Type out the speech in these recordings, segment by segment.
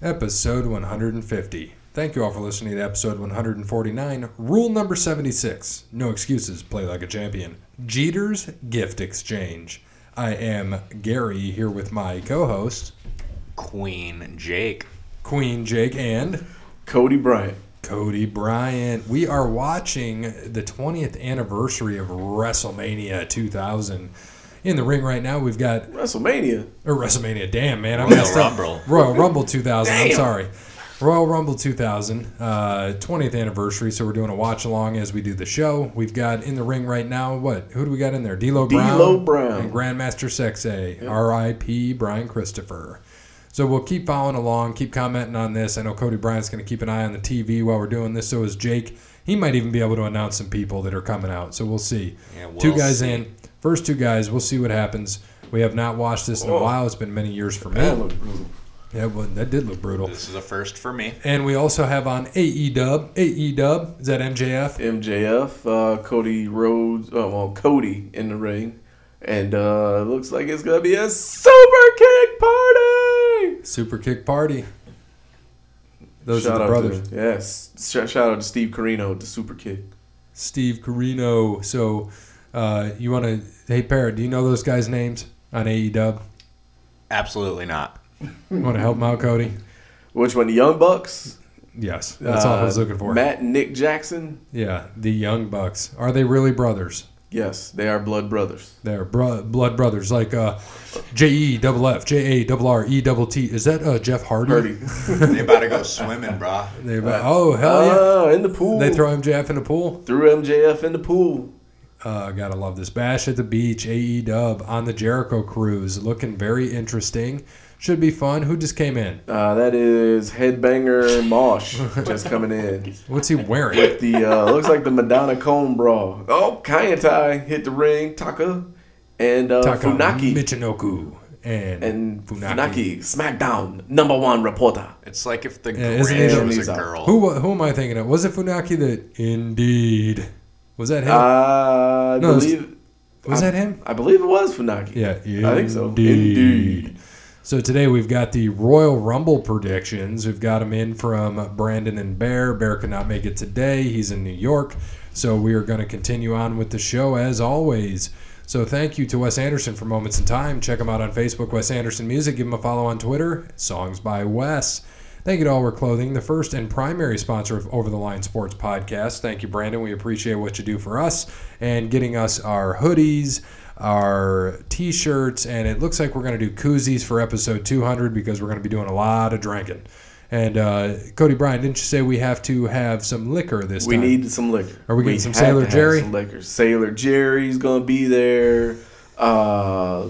episode 150. Thank you all for listening to episode 149, rule number 76. No excuses, play like a champion. Jeter's Gift Exchange. I am Gary here with my co host, Queen Jake. Queen Jake, and Cody Bryant. Cody Bryant. We are watching the 20th anniversary of WrestleMania 2000. In the ring right now, we've got WrestleMania. or WrestleMania. Damn, man, I'm Royal messed up. Rumble. Royal Rumble 2000. I'm Damn. sorry. Royal Rumble 2000, uh, 20th anniversary. So we're doing a watch along as we do the show. We've got in the ring right now. What? Who do we got in there? D'Lo Brown. D'Lo Brown. and Grandmaster Sexay. R.I.P. Brian Christopher. So we'll keep following along, keep commenting on this. I know Cody Bryant's going to keep an eye on the TV while we're doing this. So is Jake. He might even be able to announce some people that are coming out. So we'll see. Yeah, we'll two guys see. in. First two guys. We'll see what happens. We have not watched this in a Oh, Whoa. while. It's been many years for me. That looked brutal. Yeah, well, that did look brutal. This is a first for me. And we also have on AE Dub. AE Dub is that MJF? MJF, uh, Cody Rhodes, oh, well, Cody in the ring. And uh, it looks like it's going to be a super kick party! Super Kick Party. Those shout are the out brothers, To, yes. Sh- shout out to Steve Carino, the super kick. Steve Carino. So, uh, you want to? Hey, Parrot, do you know those guys' names on AE Dub? Absolutely not. You want to help him out, Cody? Which one? The Young Bucks? Yes, that's all I Uh, was looking for. Matt and Nick Jackson? Yeah, the Young Bucks. Are they really brothers? Yes, they are blood brothers. They're bro- blood brothers, like uh, J E double F J A double R E double T. Is that uh, Jeff Hardy? Purdy. They about to go swimming, brah. They- Uh, oh hell yeah! oh, in the pool. They throw MJF in the pool. Threw MJF in the pool. Uh, gotta love this. Bash at the beach, AE Dub on the Jericho cruise, looking very interesting. Should be fun. Who just came in? Uh, that is headbanger Mosh just coming in. What's he wearing? The uh, looks like the Madonna Cone bra. Oh, Kayentai hit the ring. Taka and uh, Taka Funaki Michinoku and, and Funaki. SmackDown number one reporter. It's like if the Yeah, yeah, isn't he the- was he's a out. girl. Who wa- who am I thinking of? Was it Funaki that indeed? Was that him? I No, it's- believe was Uh, I- that him? I believe it was Funaki. Yeah, I think so. Indeed. So today we've got the Royal Rumble predictions. We've got them in from Brandon and Bear. Bear cannot make it today. He's in New York. So we are going to continue on with the show as always. So thank you to Wes Anderson for Moments in Time. Check him out on Facebook, Wes Anderson Music. Give him a follow on Twitter, Songs by Wes. Thank you to All Wear Clothing, the first and primary sponsor of Over the Line Sports Podcast. Thank you, Brandon. We appreciate what you do for us and getting us our hoodies, our t shirts, and it looks like we're going to do koozies for episode 200 because we're going to be doing a lot of drinking. And uh, Cody Bryan, didn't you say we have to have some liquor this We time? need some liquor. Are we getting We some had Sailor to have Jerry? Some liquor. Sailor Jerry's gonna be there. Uh,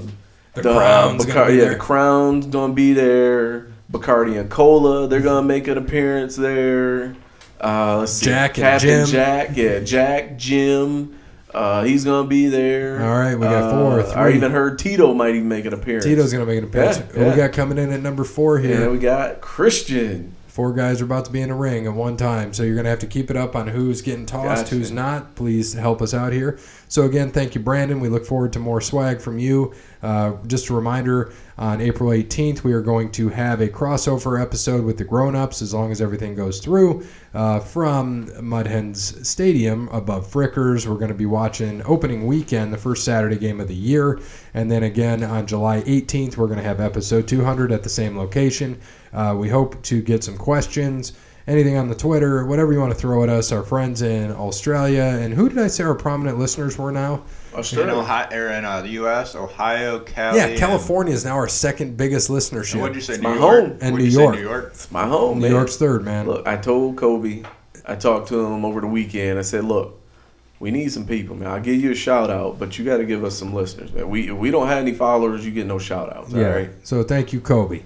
The Crown's gonna be yeah, there. the Crown's gonna be there. Bacardi and Cola, they're gonna make an appearance there. Uh, let's see, Jack and Captain Jim. Jack, yeah, Jack Jim. Uh, he's gonna be there. All right, we got four, Uh, I three. even heard Tito might even make an appearance. Tito's going to make an appearance. Yeah, Who We yeah. got coming in at number four here. and we got Christian. Four guys are about to be in a ring at one time, so you're going to have to keep it up on who's getting tossed, Gotcha. who's not. Please help us out here. So, again, thank you, Brandon. We look forward to more swag from you. Uh, just a reminder on April 18th, we are going to have a crossover episode with the grown ups as long as everything goes through uh, from Mudhens Stadium above Frickers. We're going to be watching opening weekend, the first Saturday game of the year. And then again on July 18th, we're going to have episode 200 at the same location. Uh, we hope to get some questions, anything on the Twitter, whatever you want to throw at us. Our friends in Australia, and who did I say our prominent listeners were now? in Australia. Ohio, or in uh, the U.S., Ohio, Cali. yeah, and- California is now our second biggest And what'd you listenership. say, New my York? home. And What'd New you say, York. New York. It's my home, New man. York's third, man. Look, I told Kobe, I talked to him over the weekend. I said, look, we need some people, man. I'll give you a shout out, but you got to give us some listeners, man. We if we don't have any followers, you get no shout outs. yeah. All right. So thank you, Kobe.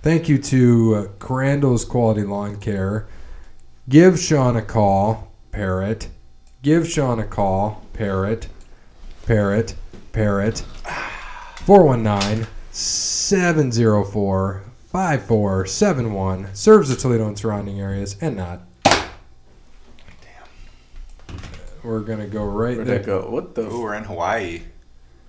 Thank you to uh, Crandall's Quality Lawn Care. Give Sean a call, Parrot. Give Sean a call, Parrot. Parrot. Parrot. 419 704 5471. Serves the Toledo and surrounding areas and not. We're going to go right Where'd there. that go? What the? Ooh, F- we're in Hawaii.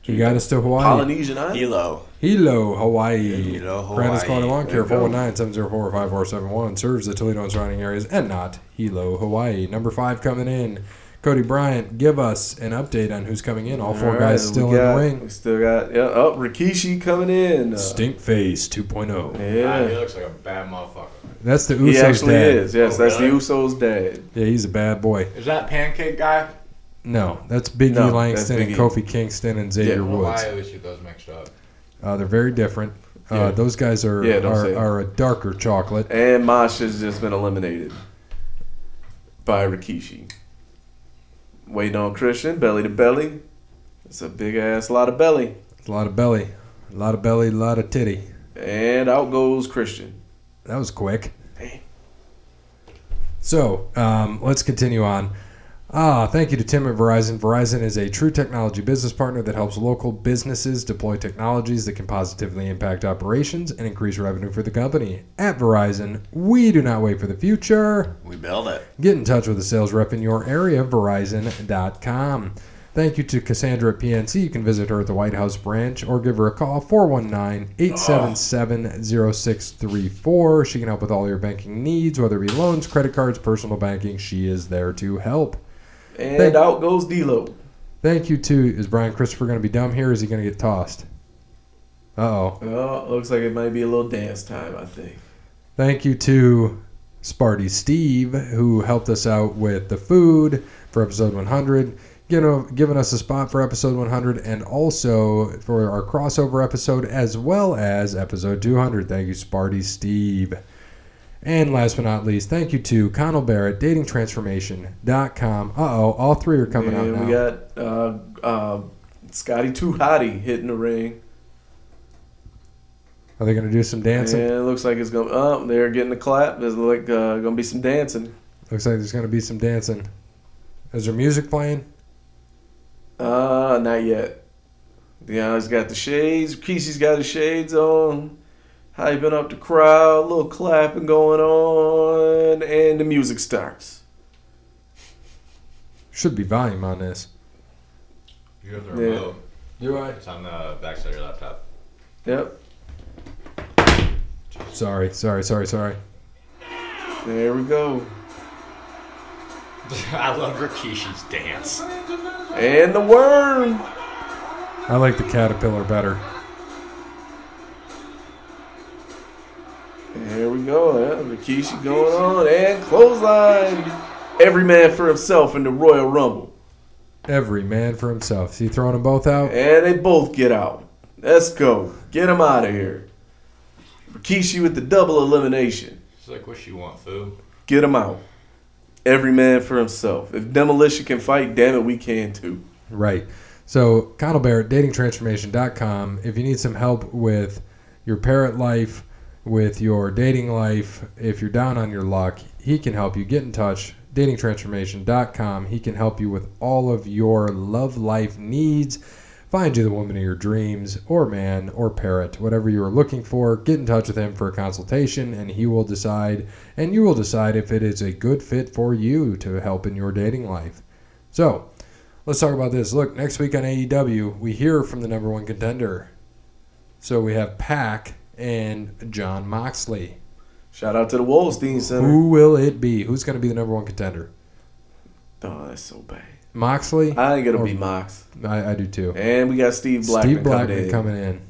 did You got us to Hawaii. Polynesian Island. Hilo. Hilo, Hawaii. Hilo, Practice Hawaii. quality lawn There care you go. 419 704 5471 serves the Toledo and surrounding areas and not Hilo, Hawaii. Number five coming in. Cody Bryant, give us an update on who's coming in. All four All right, guys still we in got- the ring. We still got yeah. Oh, Rikishi coming in. Uh, Stink Face oh. 2.0. Ah, he Yeah, looks like a bad motherfucker. That's the Usos he actually dad. is. Yes, Oh, that's the really? Usos' dad. Yeah, he's a bad boy. Is that pancake guy? No, that's Big No, E that's Langston Big and E. Kofi Kingston and Xavier Yeah, Woods. I always get those mixed up. Uh, they're very different. Uh, Yeah. Those guys are Yeah, don't say are, it. are a darker chocolate. And Masha's just been eliminated by Rikishi. Waiting on Christian, belly to belly. It's a big ass lot of belly. A lot of belly, a lot of belly, a lot of titty. And out goes Christian. That was quick. Hey. So um, let's continue on. Ah, thank you to Tim at Verizon. Verizon is a true technology business partner that helps local businesses deploy technologies that can positively impact operations and increase revenue for the company. At Verizon, we do not wait for the future. We build it. Get in touch with a sales rep in your area, Verizon.com. Thank you to Cassandra at PNC. You can visit her at the White House branch or give her a call, 419 877 0634. She can help with all your banking needs, whether it be loans, credit cards, personal banking. She is there to help. And Thank- out goes D'Lo. Thank you to. Is Brian Christopher going to be dumb here? Or is he going to get tossed? Uh oh. Oh, looks like it might be a little dance time, I think. Thank you to Sparty Steve, who helped us out with the food for episode 100, you know, giving us a spot for episode 100, and also for our crossover episode as well as episode 200. Thank you, Sparty Steve. And last but not least, thank you to Connell Barrett, datingtransformation.com. Uh oh, all three are coming out and now. we got uh, uh, Scotty Too Hottie hitting the ring. are they going to do some dancing? And it looks like it's going to. Oh, they're getting a clap. There's like uh, going to be some dancing. Looks like there's going to be some dancing. Is there music playing? Uh, not yet. Deion's got the shades. Kesey's got his shades on. Hyping up the crowd. A little clapping going on. And the music starts. Should be volume on this. You have the Yeah. remote. Do I? It's on the backside of your laptop. Yep. Sorry, sorry, sorry, sorry. There we go. I love Rikishi's dance. And the worm. I like the caterpillar better. There we go. Yeah, Rikishi going on. And clothesline. Every man for himself in the Royal Rumble. Every man for himself. See, throwing them both out. And they both get out. Let's go. Get them out of here. Rikishi with the double elimination. She's like, what you want, foo? Get him out. Every man for himself. If Demolition can fight, damn it, we can too. Right. So, Connell Barrett, datingtransformation.com. If you need some help with your parrot life, with your dating life, if you're down on your luck, he can help you. Get in touch. Datingtransformation.com. He can help you with all of your love life needs. Find you the woman of your dreams, or man, or parrot, whatever you are looking for. Get in touch with him for a consultation, and he will decide, and you will decide if it is a good fit for you to help in your dating life. So, Let's talk about this. Look, next week on AEW, we hear from the number one contender. So we have Pac and John Moxley. Shout out to the Wolstein Center. Who will it be? Who's going to be the number one contender? Oh, that's so bad. Moxley? I ain't gonna be Mox. I, I do too. And we got Steve Blackman, Steve Blackman coming in. coming in.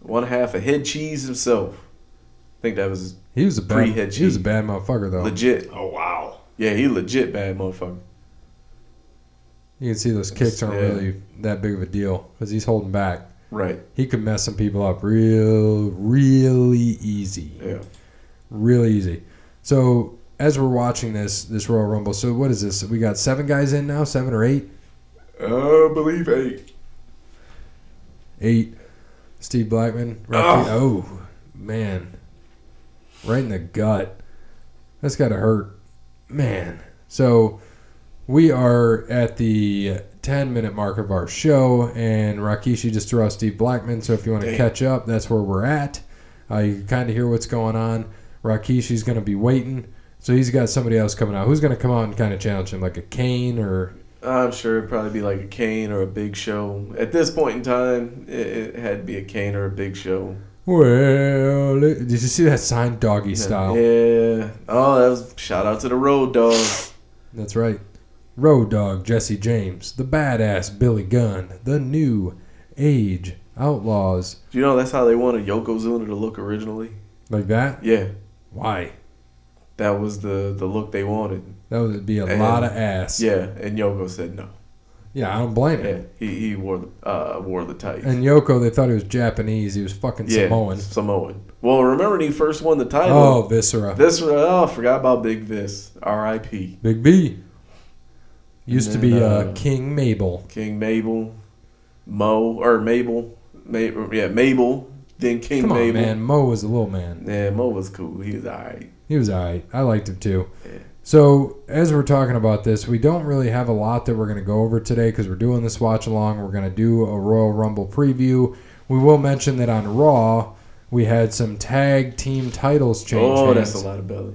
One half of head cheese himself. I think that was He was a bad. Pre-head He was a cheat. bad motherfucker though. legit. Oh, wow. Yeah, he legit bad motherfucker. You can see those kicks aren't Yeah. really that big of a deal because he's holding back. Right. He could mess some people up real, really easy. Yeah. really easy. So as we're watching this this Royal Rumble, so what is this? We got seven guys in now, seven or eight, I Uh, believe eight. eight. Steve Blackman, Rocky, oh. man, right in the gut. That's gotta hurt, man. So we are at the ten minute mark of our show, and Rakishi just threw out Steve Blackman. So if you want to Damn. catch up, that's where we're at. Uh, you can kind of hear what's going on. Rakishi's going to be waiting. So he's got somebody else coming out. Who's going to come out and kind of challenge him, like a Kane or I'm sure it'd probably be like a Kane or a Big Show. At this point in time, it, it had to be a Kane or a Big Show. Well, it- did you see that sign doggy style? Yeah. Oh, that was shout out to the Road Dog. That's right. Road Dog Jesse James, the badass Billy Gunn, the new age outlaws. Do you know that's how they wanted Yokozuna to look originally? Like that? Yeah, Why? that was the the look they wanted. That would be a And- lot of ass. Yeah, and Yoko said no. Yeah, I don't blame Yeah, him. he, he wore the uh, wore the tights. And Yoko, they thought he was Japanese. He was fucking yeah, Samoan. Samoan. Well, remember when he first won the title? Oh, Viscera. This oh, I forgot about Big Vis. R.I.P. Big B. Used to then, be uh, uh, King Mabel. King Mabel, Mo or Mabel, Mabel yeah Mabel. Then King Come on, Mabel. man. Mo was a little man. Yeah, Mo was cool. He was alright. He was all right. I liked him too. Yeah. So, as we're talking about this, we don't really have a lot that we're going to go over today because we're doing this watch along. We're going to do a Royal Rumble preview. We will mention that on Raw, we had some tag team titles change Oh, hands. that's a lot of belly.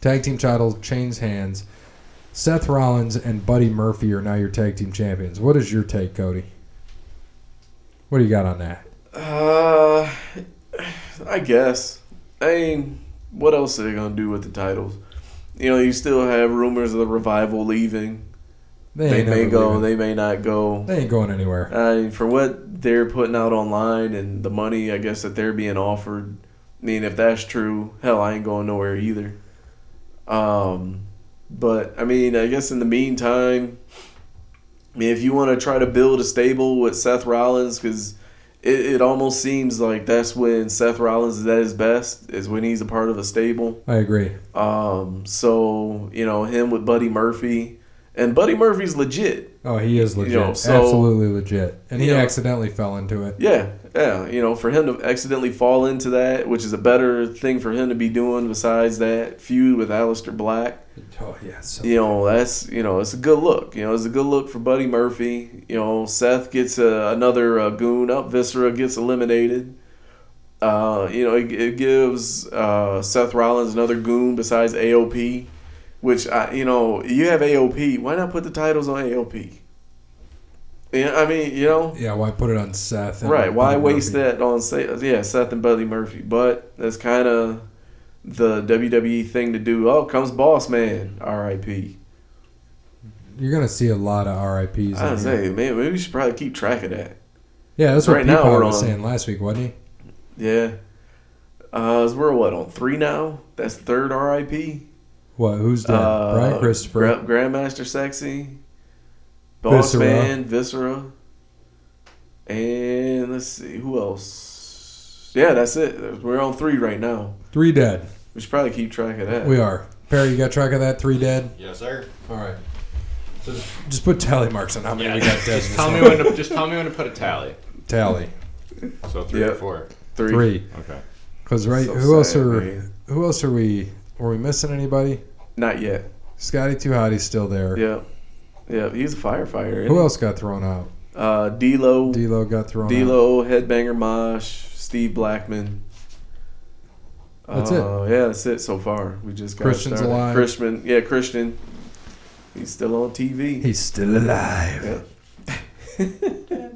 Tag team titles change hands. Seth Rollins and Buddy Murphy are now your tag team champions. What is your take, Cody? What do you got on that? Uh, I guess. I mean, what else are they gonna do with the titles? You know, you still have rumors of the revival leaving. They, ain't may never go. leaving. They may not go. They ain't going anywhere. I mean, for what they're putting out online and the money, I guess that they're being offered. I mean, if that's true, hell, I ain't going nowhere either. Um, but I mean, I guess in the meantime, I mean, if you want to try to build a stable with Seth Rollins, because it, it almost seems like that's when Seth Rollins is at his best, is when he's a part of a stable. I agree. Um, so you know, him with Buddy Murphy, and Buddy Murphy's legit. Oh, he is legit. know, so- Absolutely legit. And he You know- accidentally fell into it. Yeah, yeah. You know, for him to accidentally fall into that, which is a better thing for him to be doing besides that feud with Aleister Black, Oh, yeah. So you know, that's, you know, it's a good look. You know, it's a good look for Buddy Murphy. You know, Seth gets a, another uh, goon up, Viscera gets eliminated. Uh, you know, it, it gives uh, Seth Rollins another goon besides AOP, which, I, you know, you have AOP. Why not put the titles on AOP? Yeah, I mean, you know. Yeah, why put it on Seth? and Right. Why Buddy waste Murphy? that on Seth? Yeah, Seth and Buddy Murphy. But that's kind of the WWE thing to do. Oh, comes Boss Man. R.I.P. You're going to see a lot of RIPs. in I here. was say, man, maybe we should probably keep track of that. yeah, that's what right now people we're was on- saying last week, wasn't he? Yeah. Uh, so we're what on three now? That's third R.I.P. What? Who's dead? Uh, Brian Christopher. Gra- Grandmaster Sexy, Boss Viscera. Man, Viscera, and let's see who else. Yeah, that's it. We're on three right now. Three dead. We should probably keep track of that. We are. Perry, you got track of that? Three dead? Yes, sir. All right. So just, Just put tally marks on how many we got dead. in just this tell me one. when to just tell me when to put a tally. tally. So three Yeah. or four. Three. Okay. Because right, So who else sad, are man. who else are we? Were we missing anybody? Not yet. Scotty Too Hotty's still there. Yeah, yeah. He's a firefighter. Who Isn't else got thrown out? he? Uh, D'Lo, D'Lo got thrown out. D'Lo, Headbanger Mosh, Steve Blackman. That's uh, it. Yeah, that's it so far. We just got Christian's started. alive. Christian, yeah, Christian. He's still on TV. He's still alive. yeah.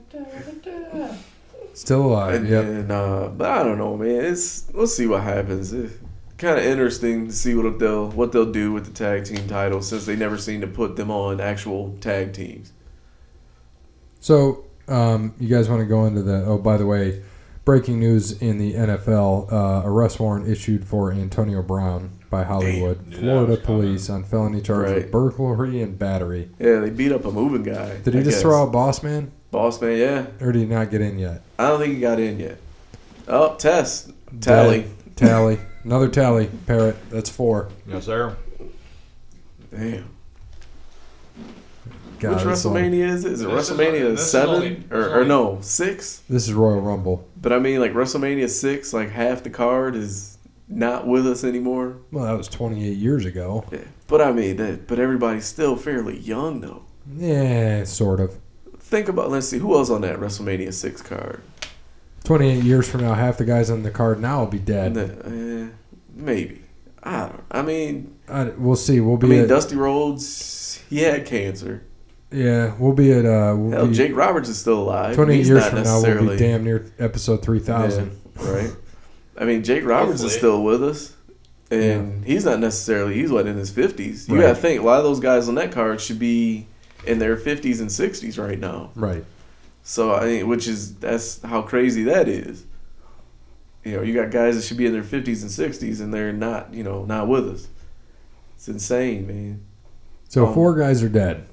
Still alive. And Yep. then, uh, but I don't know, man. It's we'll see what happens. It's kind of interesting to see what they'll what they'll do with the tag team title since they never seem to put them on actual tag teams. So, um, you guys want to go into the? Oh, by the way, breaking news in the NFL: uh, arrest warrant issued for Antonio Brown by Hollywood, Damn, knew that Florida was coming. police on felony charges of Right. burglary and battery. Yeah, they beat up a moving guy. Did he I just guess. throw out Boss Man, Boss man, yeah. or did he not get in yet? I don't think he got in yet. Oh, test. Tally. Dead. Tally. Another tally. Parrot. That's four. Yes, sir. Damn. God, Which this is long. WrestleMania is it? Is it This is WrestleMania only- this is seven only- or, or no six? This is Royal Rumble. But I mean, like WrestleMania six, like half the card is not with us anymore. Well, that was 28 years ago. Yeah. But I mean that. But everybody's still fairly young though. Yeah, sort of. Think about. Let's see who else on that WrestleMania six card. 28 years from now, half the guys on the card now will be And dead. the, eh, maybe. I don't. I mean. I, we'll see. We'll I be. mean, at- Dusty Rhodes. He had cancer. Yeah, we'll be at uh, we'll Hell, be Jake Roberts is still alive. twenty He's years not from now. We'll be necessarily- damn near episode three thousand. Yeah, right? I mean, Jake Roberts is Hopefully. still with us, and he's not necessarily. He's what in his fifties. You Right. gotta think a lot of those guys on that card should be in their fifties and sixties right now. Right. So I mean, which is that's how crazy that is. You know, you got guys that should be in their fifties and sixties, and they're not. You know, not with us. It's insane, man. So Um, four guys are dead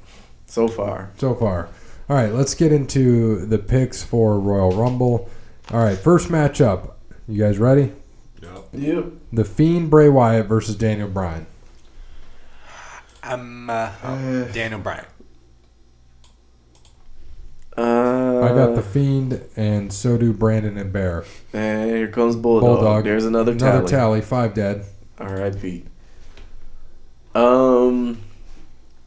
So far, so far. All right, let's get into the picks for Royal Rumble. All right, first matchup. You guys ready? Yep. yep. The Fiend Bray Wyatt versus Daniel Bryan. I'm uh, oh, Daniel Bryan. Uh, I got the Fiend, and so do Brandon and Bear. And here comes Bulldog. Bulldog. There's another, Another tally, tally. five dead. R.I.P. Um,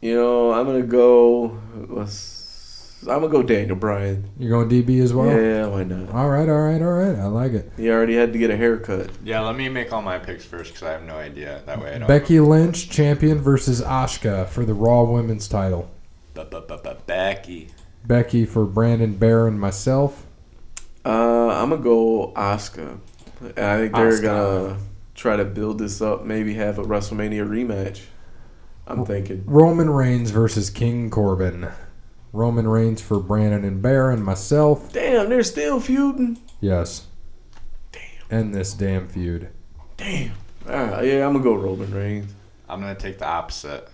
you know, I'm gonna go. Let's, I'm gonna go Daniel Bryan. You're going DB as well. yeah, why not? All right, all right, all right. I like it. He already had to get a haircut. Yeah, let me make all my picks first because I have no idea. That way I don't. Becky Lynch, champion, versus Ashka for the Raw Women's title. Becky. Becky for Brandon Bear and myself. Uh, I'm gonna go Oscar. I think they're Asuka. gonna try to build this up. Maybe have a WrestleMania rematch. I'm thinking. Roman Reigns versus King Corbin. Roman Reigns for Brandon and Bear and myself. Damn, they're still feuding. Yes. Damn. End this damn feud. Damn. All right, yeah, I'm gonna go Roman Reigns. I'm gonna take the opposite.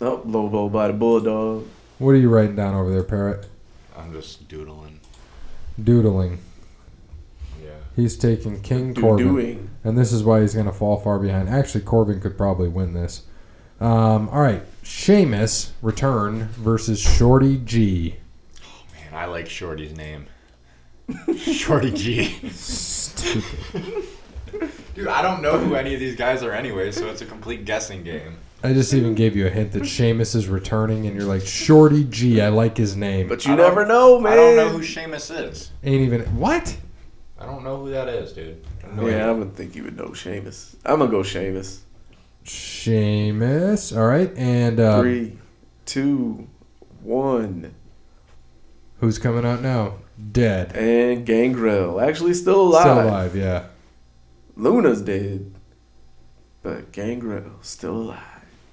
Oh, Lobo by the Bulldog. What are you writing down over there, Parrot? I'm just doodling. Doodling. Yeah. He's taking King Corbin. Doing. And this is why he's going to fall far behind. Actually, Corbin could probably win this. Um, all right. Sheamus return versus Shorty G. Man, I like Shorty's name. Shorty G. Stupid. Dude, I don't know who any of these guys are anyway, so it's a complete guessing game. I just even gave you a hint that Sheamus is returning, and you're like, Shorty G. I like his name. But you I don't- never know, man. I don't know who Sheamus is. Ain't even. What? I don't know who that is, dude. I have no Yeah, I idea. would think you would know Sheamus. I'm gonna go Sheamus. Sheamus. All right. And uh, Three, two, one, who's coming out now? Dead. and Gangrel actually still alive. Still alive, yeah. Luna's dead, but Gangrel still alive.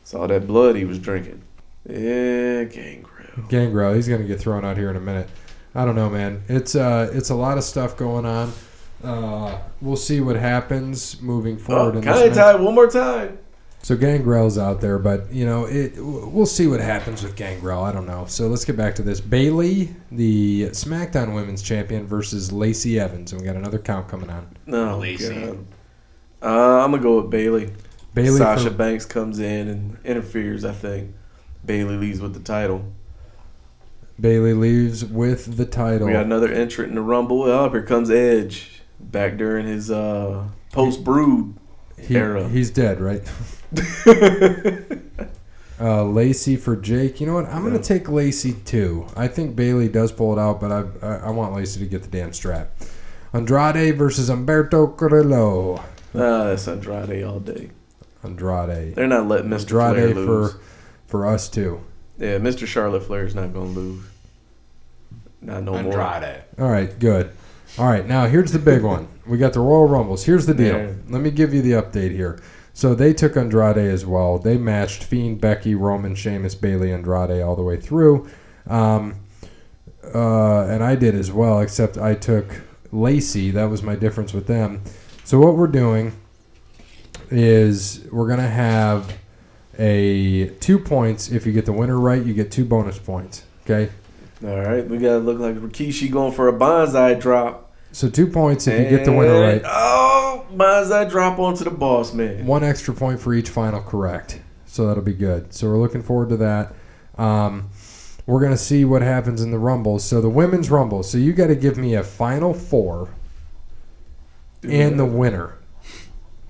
It's all that blood he was drinking. Yeah, Gangrel. Gangrel, he's gonna get thrown out here in a minute. I don't know, man. It's uh, it's a lot of stuff going on. Uh, we'll see what happens moving Oh, forward. in kind this of match. tied one more time. So Gangrel's out there, but you know, it. w- We'll see what happens with Gangrel. I don't know. So let's get back to this. Bailey, the SmackDown Women's Champion, versus Lacey Evans, and we got another count coming on. No, Lacey. God. Uh, I'm gonna go with Bailey. Bailey, Sasha for, Banks comes in and interferes. I think Bailey leaves with the title. Bailey leaves with the title. We got another entrant in the Rumble. Oh, here comes Edge back during his uh, post brood. He- era. He's dead, right? Uh, Lacey for Jake. You know what? I'm gonna take Lacey too. I think Bailey does pull it out, but I I, I want Lacey to get the damn strap. Andrade versus Umberto Carrillo. ah, that's Andrade all day. Andrade. They're not letting Mr. Flair Andrade lose. for for us too. Yeah, Mr. Charlotte Flair's not going to lose. Not no more. Andrade. All right, good. All right, now here's the big one. We got the Royal Rumbles. Here's the deal. Yeah. Let me give you the update here. So they took Andrade as well. They matched Fiend, Becky, Roman, Sheamus, Bailey, Andrade all the way through. Um, uh, and I did as well, except I took Lacey. That was my difference with them. So what we're doing is we're going to have a two points. If you get the winner right, you get two bonus points. Okay? All right, we got to look like Rikishi going for a bonsai drop. So two points if you get the winner right. And- Oh, bonsai drop onto the boss, man. one extra point for each final correct. So that'll be good. So we're looking forward to that. Um, we're going to see what happens in the Rumbles. So the women's Rumble. So you got to give me a final four and the winner.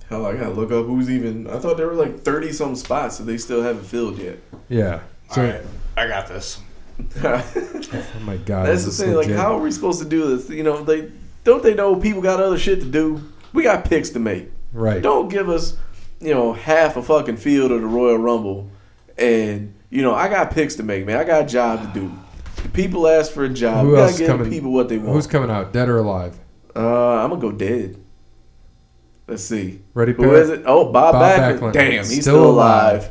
Hell, I got to look up who's even. I thought there were like 30 some spots that they still haven't filled yet. Yeah. So, All right, I got this. Oh my God. That's the is this thing. Like, legit? how are we supposed to do this? You know, they don't they know people got other shit to do. We got picks to make. Right. Don't give us, you know, half a fucking field of the Royal Rumble and you know, I got picks to make, man. I got a job to do. The people ask for a job. Who we else gotta give the coming- people what they Who's want. coming out, dead or alive? Uh, I'm gonna go dead. Let's see. Ready, Who Pat? is it? Oh, Bob, Bob Backlund. Backlund. Damn, he's Still still, alive.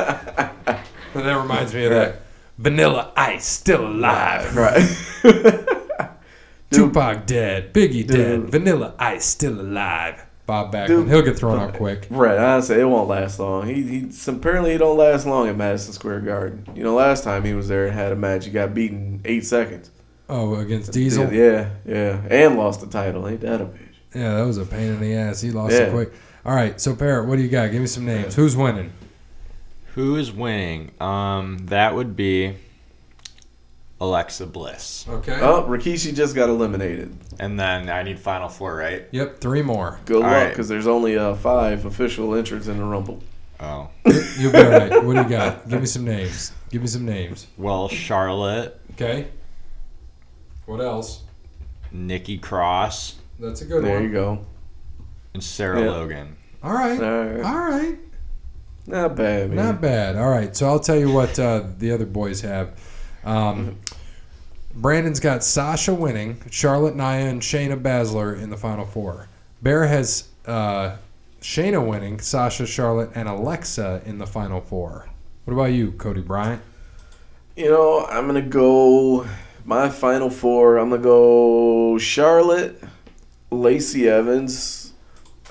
That reminds me of that. Vanilla Ice still alive. right. Dude, Tupac dead. Biggie dead. Dude. Vanilla Ice still alive. Bob Backlund. Dude. He'll get thrown out quick. Right, honestly, it won't last long. He, he so apparently he don't last long at Madison Square Garden. You know, last time he was there and had a match, he got beaten eight seconds. Oh, against Diesel. Yeah, Yeah, yeah, and lost the title. Ain't that a bitch? that was a pain in the ass. He lost it Yeah. quick. All right, so Parrot, what do you got? Give me some names. Who's winning? Who is winning? Um, that would be Alexa Bliss. Okay. Oh, Rikishi just got eliminated. And then I need final four, right? Yep, three more. All Good luck, 'cause luck, right. because there's only uh, five official entrants in the Rumble. Oh. You'll be all right. What do you got? Give me some names. Give me some names. Well, Charlotte, Okay. What else? Nikki Cross, That's a good There one. you go. and Sarah Yeah. Logan. All right. All right. All right. Not bad, man. Not bad. All right. So I'll tell you what uh, the other boys have. Um, Brandon's got Sasha winning, Charlotte Nia, and Shayna Baszler in the final four. Bear has uh, Shayna winning, Sasha, Charlotte, and Alexa in the final four. What about you, Cody Bryant? You know, I'm gonna go my final four. I'm gonna go Charlotte, Lacey Evans.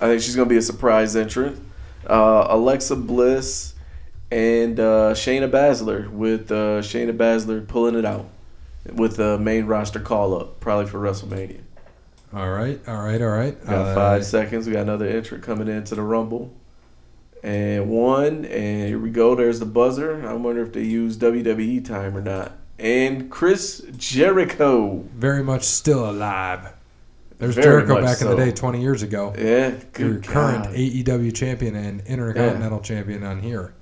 I think she's gonna be a surprise entrant. Uh, Alexa Bliss and uh, Shayna Baszler with uh, Shayna Baszler pulling it out with the main roster call up, probably for WrestleMania. All right. All right. All right. We got Uh, five seconds. We got another entrant coming into the Rumble. And one, and here we go. There's the buzzer. I wonder if they use WWE time or not. And Chris Jericho. Very much still alive. There's Very Jericho much back in the so. day 20 years ago. Yeah, your good current God. AEW champion and Intercontinental champion on here,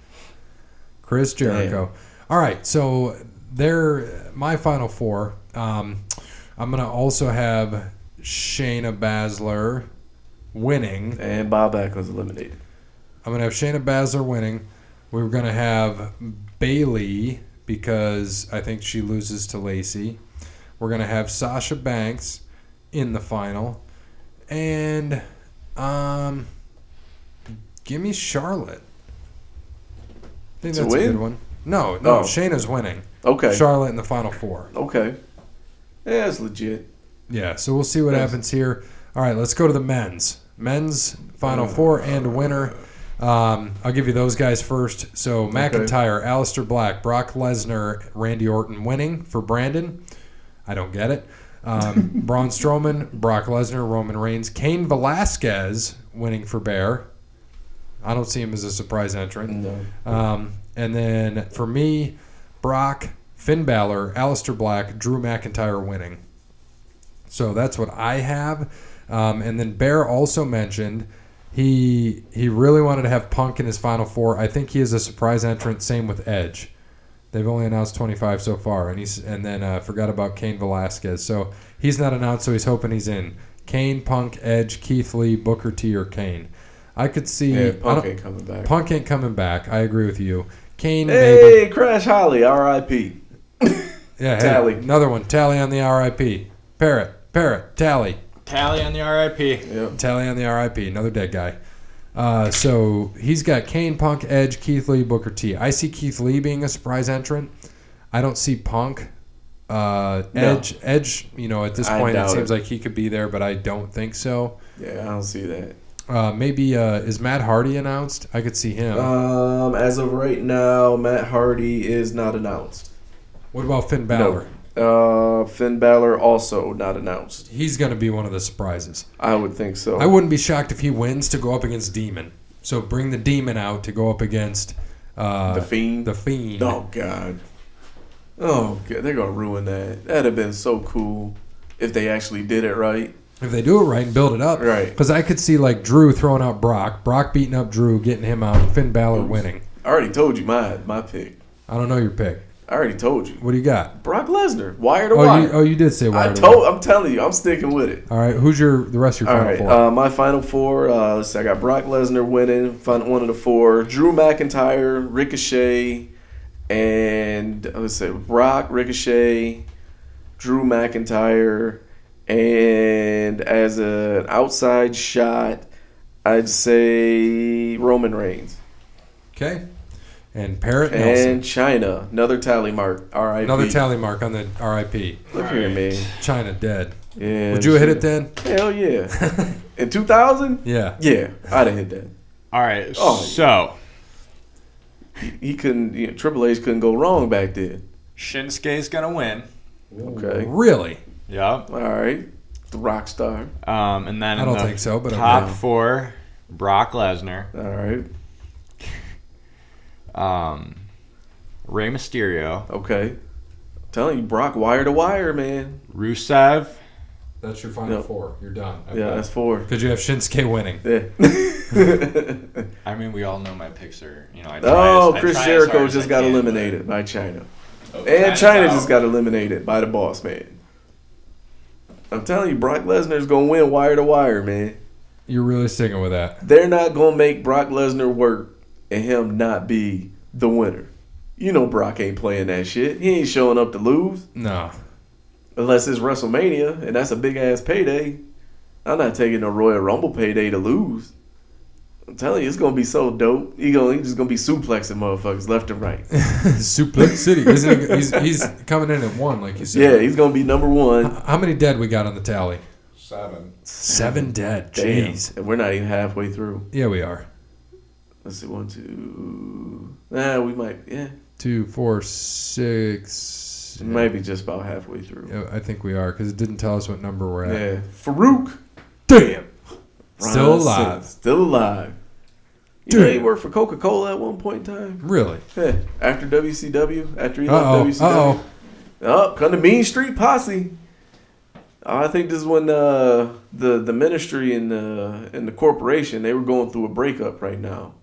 Chris Jericho. All right, so there, my final four. Um, I'm gonna also have Shayna Baszler winning. And Bob Backlund's eliminated. I'm gonna have Shayna Baszler winning. We were gonna have Bailey because I think she loses to Lacey. We're gonna have Sasha Banks in the final, and um, give me Charlotte. I think To that's a win? good one. No, no, Oh. Shayna's winning. Okay. Charlotte in the final four. okay. Yeah, it's legit. Yeah, so we'll see what Yes. happens here. All right, let's go to the men's. Men's final four and winner. Um, I'll give you those guys first. So McIntyre, Alistair Black, Brock Lesnar, Randy Orton winning for Brandon. I don't get it. Um, Braun Strowman, Brock Lesnar, Roman Reigns, Kane Velasquez winning for Bear. I don't see him as a surprise entrant. No. Um, and then for me, Brock, Finn Balor, Aleister Black, Drew McIntyre winning. So that's what I have. Um, and then Bear also mentioned he he really wanted to have Punk in his final four. I think he is a surprise entrant. Same with Edge. They've only announced 25 so far, and he's and then uh, forgot about Kane Velasquez. So he's not announced, so he's hoping he's in. Kane, Punk, Edge, Keith Lee, Booker T, or Kane. I could see. Yeah, I don't- Punk ain't coming back. Punk ain't coming back. I agree with you. Kane, maybe. Hey, Crash Holly, R.I.P. Yeah, hey, Tally. Another one. Tally on the RIP. Parrot. Parrot. Tally. Tally on the RIP. Yep. Tally on the RIP. Another dead guy. Uh, so he's got Kane, Punk, Edge, Keith Lee, Booker T. I see Keith Lee being a surprise entrant. I don't see Punk. Uh, No. Edge, Edge, you know, at this I point it doubt seems it. like he could be there, but I don't think so. Yeah, I don't see that. Uh, maybe uh, is Matt Hardy announced? I could see him. Um, as of right now, Matt Hardy is not announced. what about Finn Balor? Uh, Finn Balor also not announced. He's going to be one of the surprises. I would think so. I wouldn't be shocked if he wins to go up against Demon. So bring the Demon out to go up against uh, the the, Fiend. Fiend. oh God. Oh God, they're gonna ruin that. That'd have been so cool if they actually did it right. If they do it right and build it up, Right. Because I could see like Drew throwing out Brock, Brock beating up Drew, getting him out, and Finn Balor Oops. winning. I already told you my my pick. I don't know your pick. I already told you. What do you got? Brock Lesnar, wire to Oh, wire. you, oh, you did say I Wyatt. told. I'm telling you, I'm sticking with it. All right, who's your the rest of your All final right, four? uh, my final four. Uh, let's see, I got Brock Lesnar winning, fin- one of the four. Drew McIntyre, Ricochet, and I would say Brock, Ricochet, Drew McIntyre, and as an outside shot, I'd say Roman Reigns Okay. And Parrot Nelson. and China. Another tally mark. All right, Another tally mark on the RIP. Look here, man. China dead. Yeah, Would you have hit it then? Hell yeah. In 2000? yeah. Yeah, I'd have hit that. All right. Oh. So He couldn't. You know, Triple H couldn't go wrong back then. Shinsuke's gonna win. Okay. Really? Yep. All right. The rock star. um, and then I in don't the think so, but top okay. four, Brock Lesnar, All right. um, Rey Mysterio, Okay. telling you, Brock wire to wire, man. Rusev. That's your final Yep. four. You're done. Yeah, that's four. Because you have Shinsuke winning. Yeah. I mean, we all know my picks are. You know, I try oh, as- I Chris try as Jericho hard as just I got can, eliminated by China. but- And China's China out. just got eliminated by the boss man. I'm telling you, Brock Lesnar's gonna win wire to wire, man. You're really sticking with that. They're not gonna make Brock Lesnar work and him not be the winner. You know Brock ain't playing that shit. He ain't showing up to lose. No. Unless it's WrestleMania and that's a big ass payday. I'm not taking a Royal Rumble payday to lose. I'm telling you, it's gonna be so dope. He gonna he just gonna be suplexing motherfuckers left and right. Suplex City. Isn't he, he's, he's coming in at one, like you said. Yeah, he's gonna be number one. How many dead we got on the tally? Seven. Seven dead. Damn. Jeez. And we're not even halfway through. Yeah, we are. Let's see, one, two. Nah, we might yeah. Two, four, six. We might be just about halfway through. Yeah, I think we are because it didn't tell us what number we're at. Yeah. Farouk. Damn. Ron Still Sid, alive. Still alive. You know, Dude. he worked for Coca Cola at one point in time. Really? Heh, after WCW, after he Uh oh. left WCW. Uh Up, oh, come to Mean Street Posse. Oh, I think this is when uh, the the ministry and the and the corporation they were going through a breakup right now,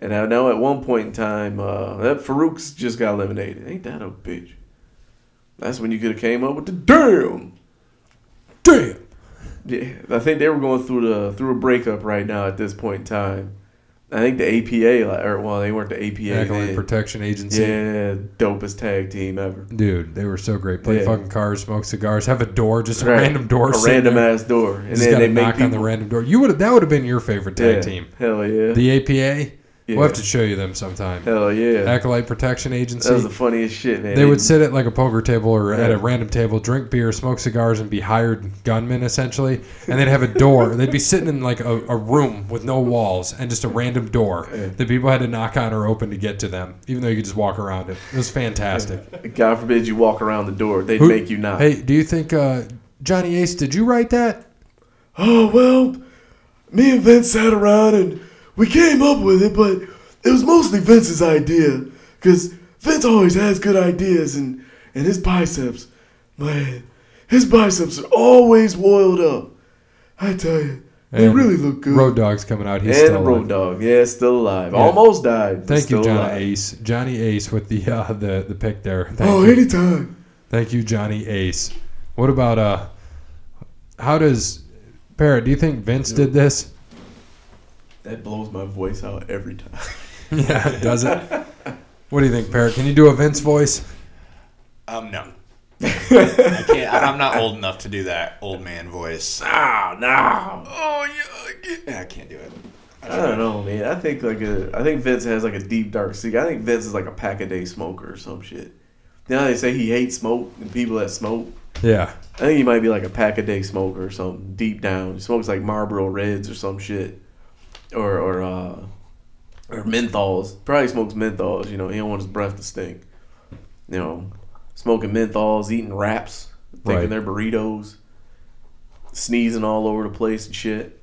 and I know at one point in time uh, that Farouk's just got eliminated. Ain't that a bitch? That's when you could have came up with the damn. oh. Damn. Yeah, I think they were going through the through a breakup right now at this point in time. I think the APA like, or well, they weren't the APA. Accolade then. Protection Agency. Yeah, dopest tag team ever. Dude, they were so great. Play Yeah. fucking cars, smoke cigars, have a door, just a Right. random door. a sitting random there. ass door, and Just then got they to make knock on the people- random door. You would have that would have been your favorite tag Yeah, team. Hell yeah, The APA. yeah. We'll have to show you them sometime. hell yeah. Acolyte Protection Agency. That was the funniest shit, man. they would sit at like a poker table or at a Yeah. random table, drink beer, smoke cigars, and be hired gunmen essentially. And they'd have a door. they'd be sitting in like a, a room with no walls and just a random door Yeah. that people had to knock on or open to get to them, even though you could just walk around it. It was fantastic. God forbid you walk around the door, they'd Who- make you knock. Hey, do you think uh, Johnny Ace? Did you write that? Oh well, me and Vince sat around and we came up with it, but it was mostly Vince's idea. Cause Vince always has good ideas and and his biceps, man, his biceps are always oiled up. I tell you, they And really look good. Road Dog's coming out. He's and still alive. Road Dog, yeah, still alive. Yeah. Almost died. but Thank you, still Johnny alive. Ace. Johnny Ace with the uh, the the pick there. Thank Oh, you. anytime. Thank you, Johnny Ace. What about uh? How does Parrot? Do you think Vince did this? That blows my voice out every time. yeah, does it? What do you think, Parrot? Can you do a Vince voice? Um, no. I can't. I- I'm not old enough to do that old man voice. Ah, no. Oh yeah, I can't, yeah, I can't do it. I don't know, man. I think like a, I think Vince has like a deep dark secret. I think Vince is like a pack a day smoker or some shit. Now they say he hates smoke and people that smoke. Yeah, I think he might be like a pack a day smoker or something deep down. He smokes like Marlboro Reds or some shit, or or uh, or menthols. Probably smokes menthols. You know, he don't want his breath to stink. You know, smoking menthols, eating wraps, thinking Right. they're burritos, sneezing all over the place and shit.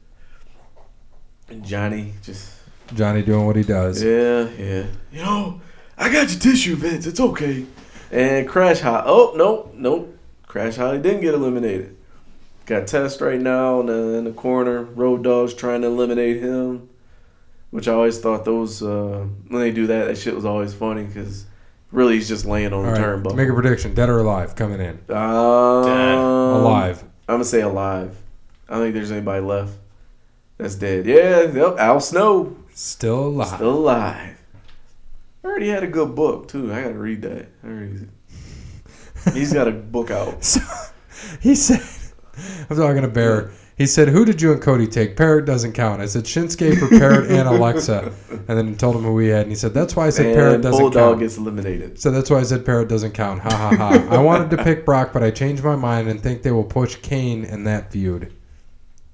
And Johnny just. Johnny doing what he does. Yeah, yeah. You know, I got your tissue, Vince. It's okay. And Crash Hot. Oh, nope, nope. Crash Holly didn't get eliminated. Got Test right now in the, in the corner. Road Dogs trying to eliminate him, which I always thought those uh, when they do that, that shit was always funny because really he's just laying on All right, the turnbuckle. make a prediction. Dead or alive? Coming in Um, alive. I'm gonna say alive. I don't think there's anybody left that's dead. Yeah, yep. Al Snow Still alive. still alive. I already had a good book too. I gotta read that. I already- He's got a book out. So he said, I'm talking to Bear. He said, Who did you and Cody take? Parrot doesn't count. I said, Shinsuke for Parrot and Alexa. And then told him who we had. And he said, That's why I said Parrot And doesn't Bulldog count. gets eliminated. so that's why I said Parrot doesn't count. Ha ha ha. I wanted to pick Brock, but I changed my mind and think they will push Kane in that feud.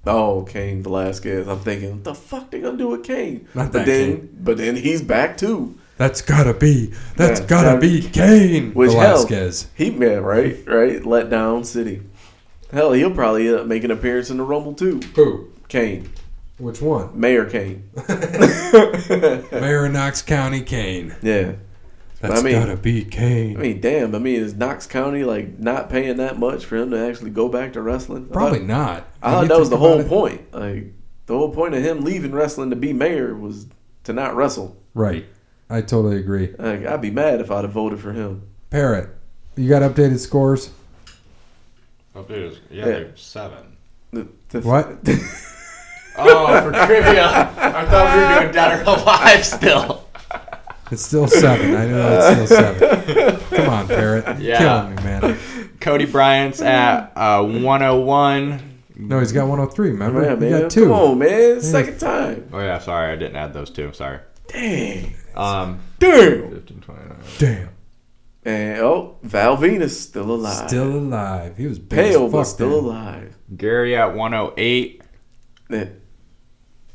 Oh, Kane Velasquez. I'm thinking, what the fuck they gonna do with Kane? Not but that then, Kane. but then he's back too. That's gotta be. That's Yeah, gotta that- be Kane. Which Velasquez. hell, Heat Man, right? Right? Let down City. Hell, he'll probably end up make an appearance in the Rumble too. Who? Kane, Which one? Mayor Kane. Mayor of Knox County Kane. yeah. That's I mean- gotta be Kane. I mean, damn. I mean, is Knox County like not paying that much for him to actually go back to wrestling? I Probably thought- not. I When thought you that was the think whole about it- point. Like the whole point of him leaving wrestling to be mayor was to not wrestle. Right. I totally agree. Like I'd be mad if I'd have voted for him. Parrot, you got updated scores? Up it is. Yeah, Yeah. they're seven. The- the- What? Oh, for trivia. I thought we were doing Dead or Alive still. It's still seven. I know it's still seven. Come on, Parrot. You're Yeah. Killing me, man. Cody Bryant's at uh, 101. No, he's got 103, remember? Yeah, he man. got two. Come on, man. Second time. Oh, yeah, sorry. I didn't add those two. Sorry. Dang. Um, Damn. 15, 29. Damn. And oh, Val Venus still alive. Still alive. He was big pale, as but fuck still then. alive. Gary at 108. Eh,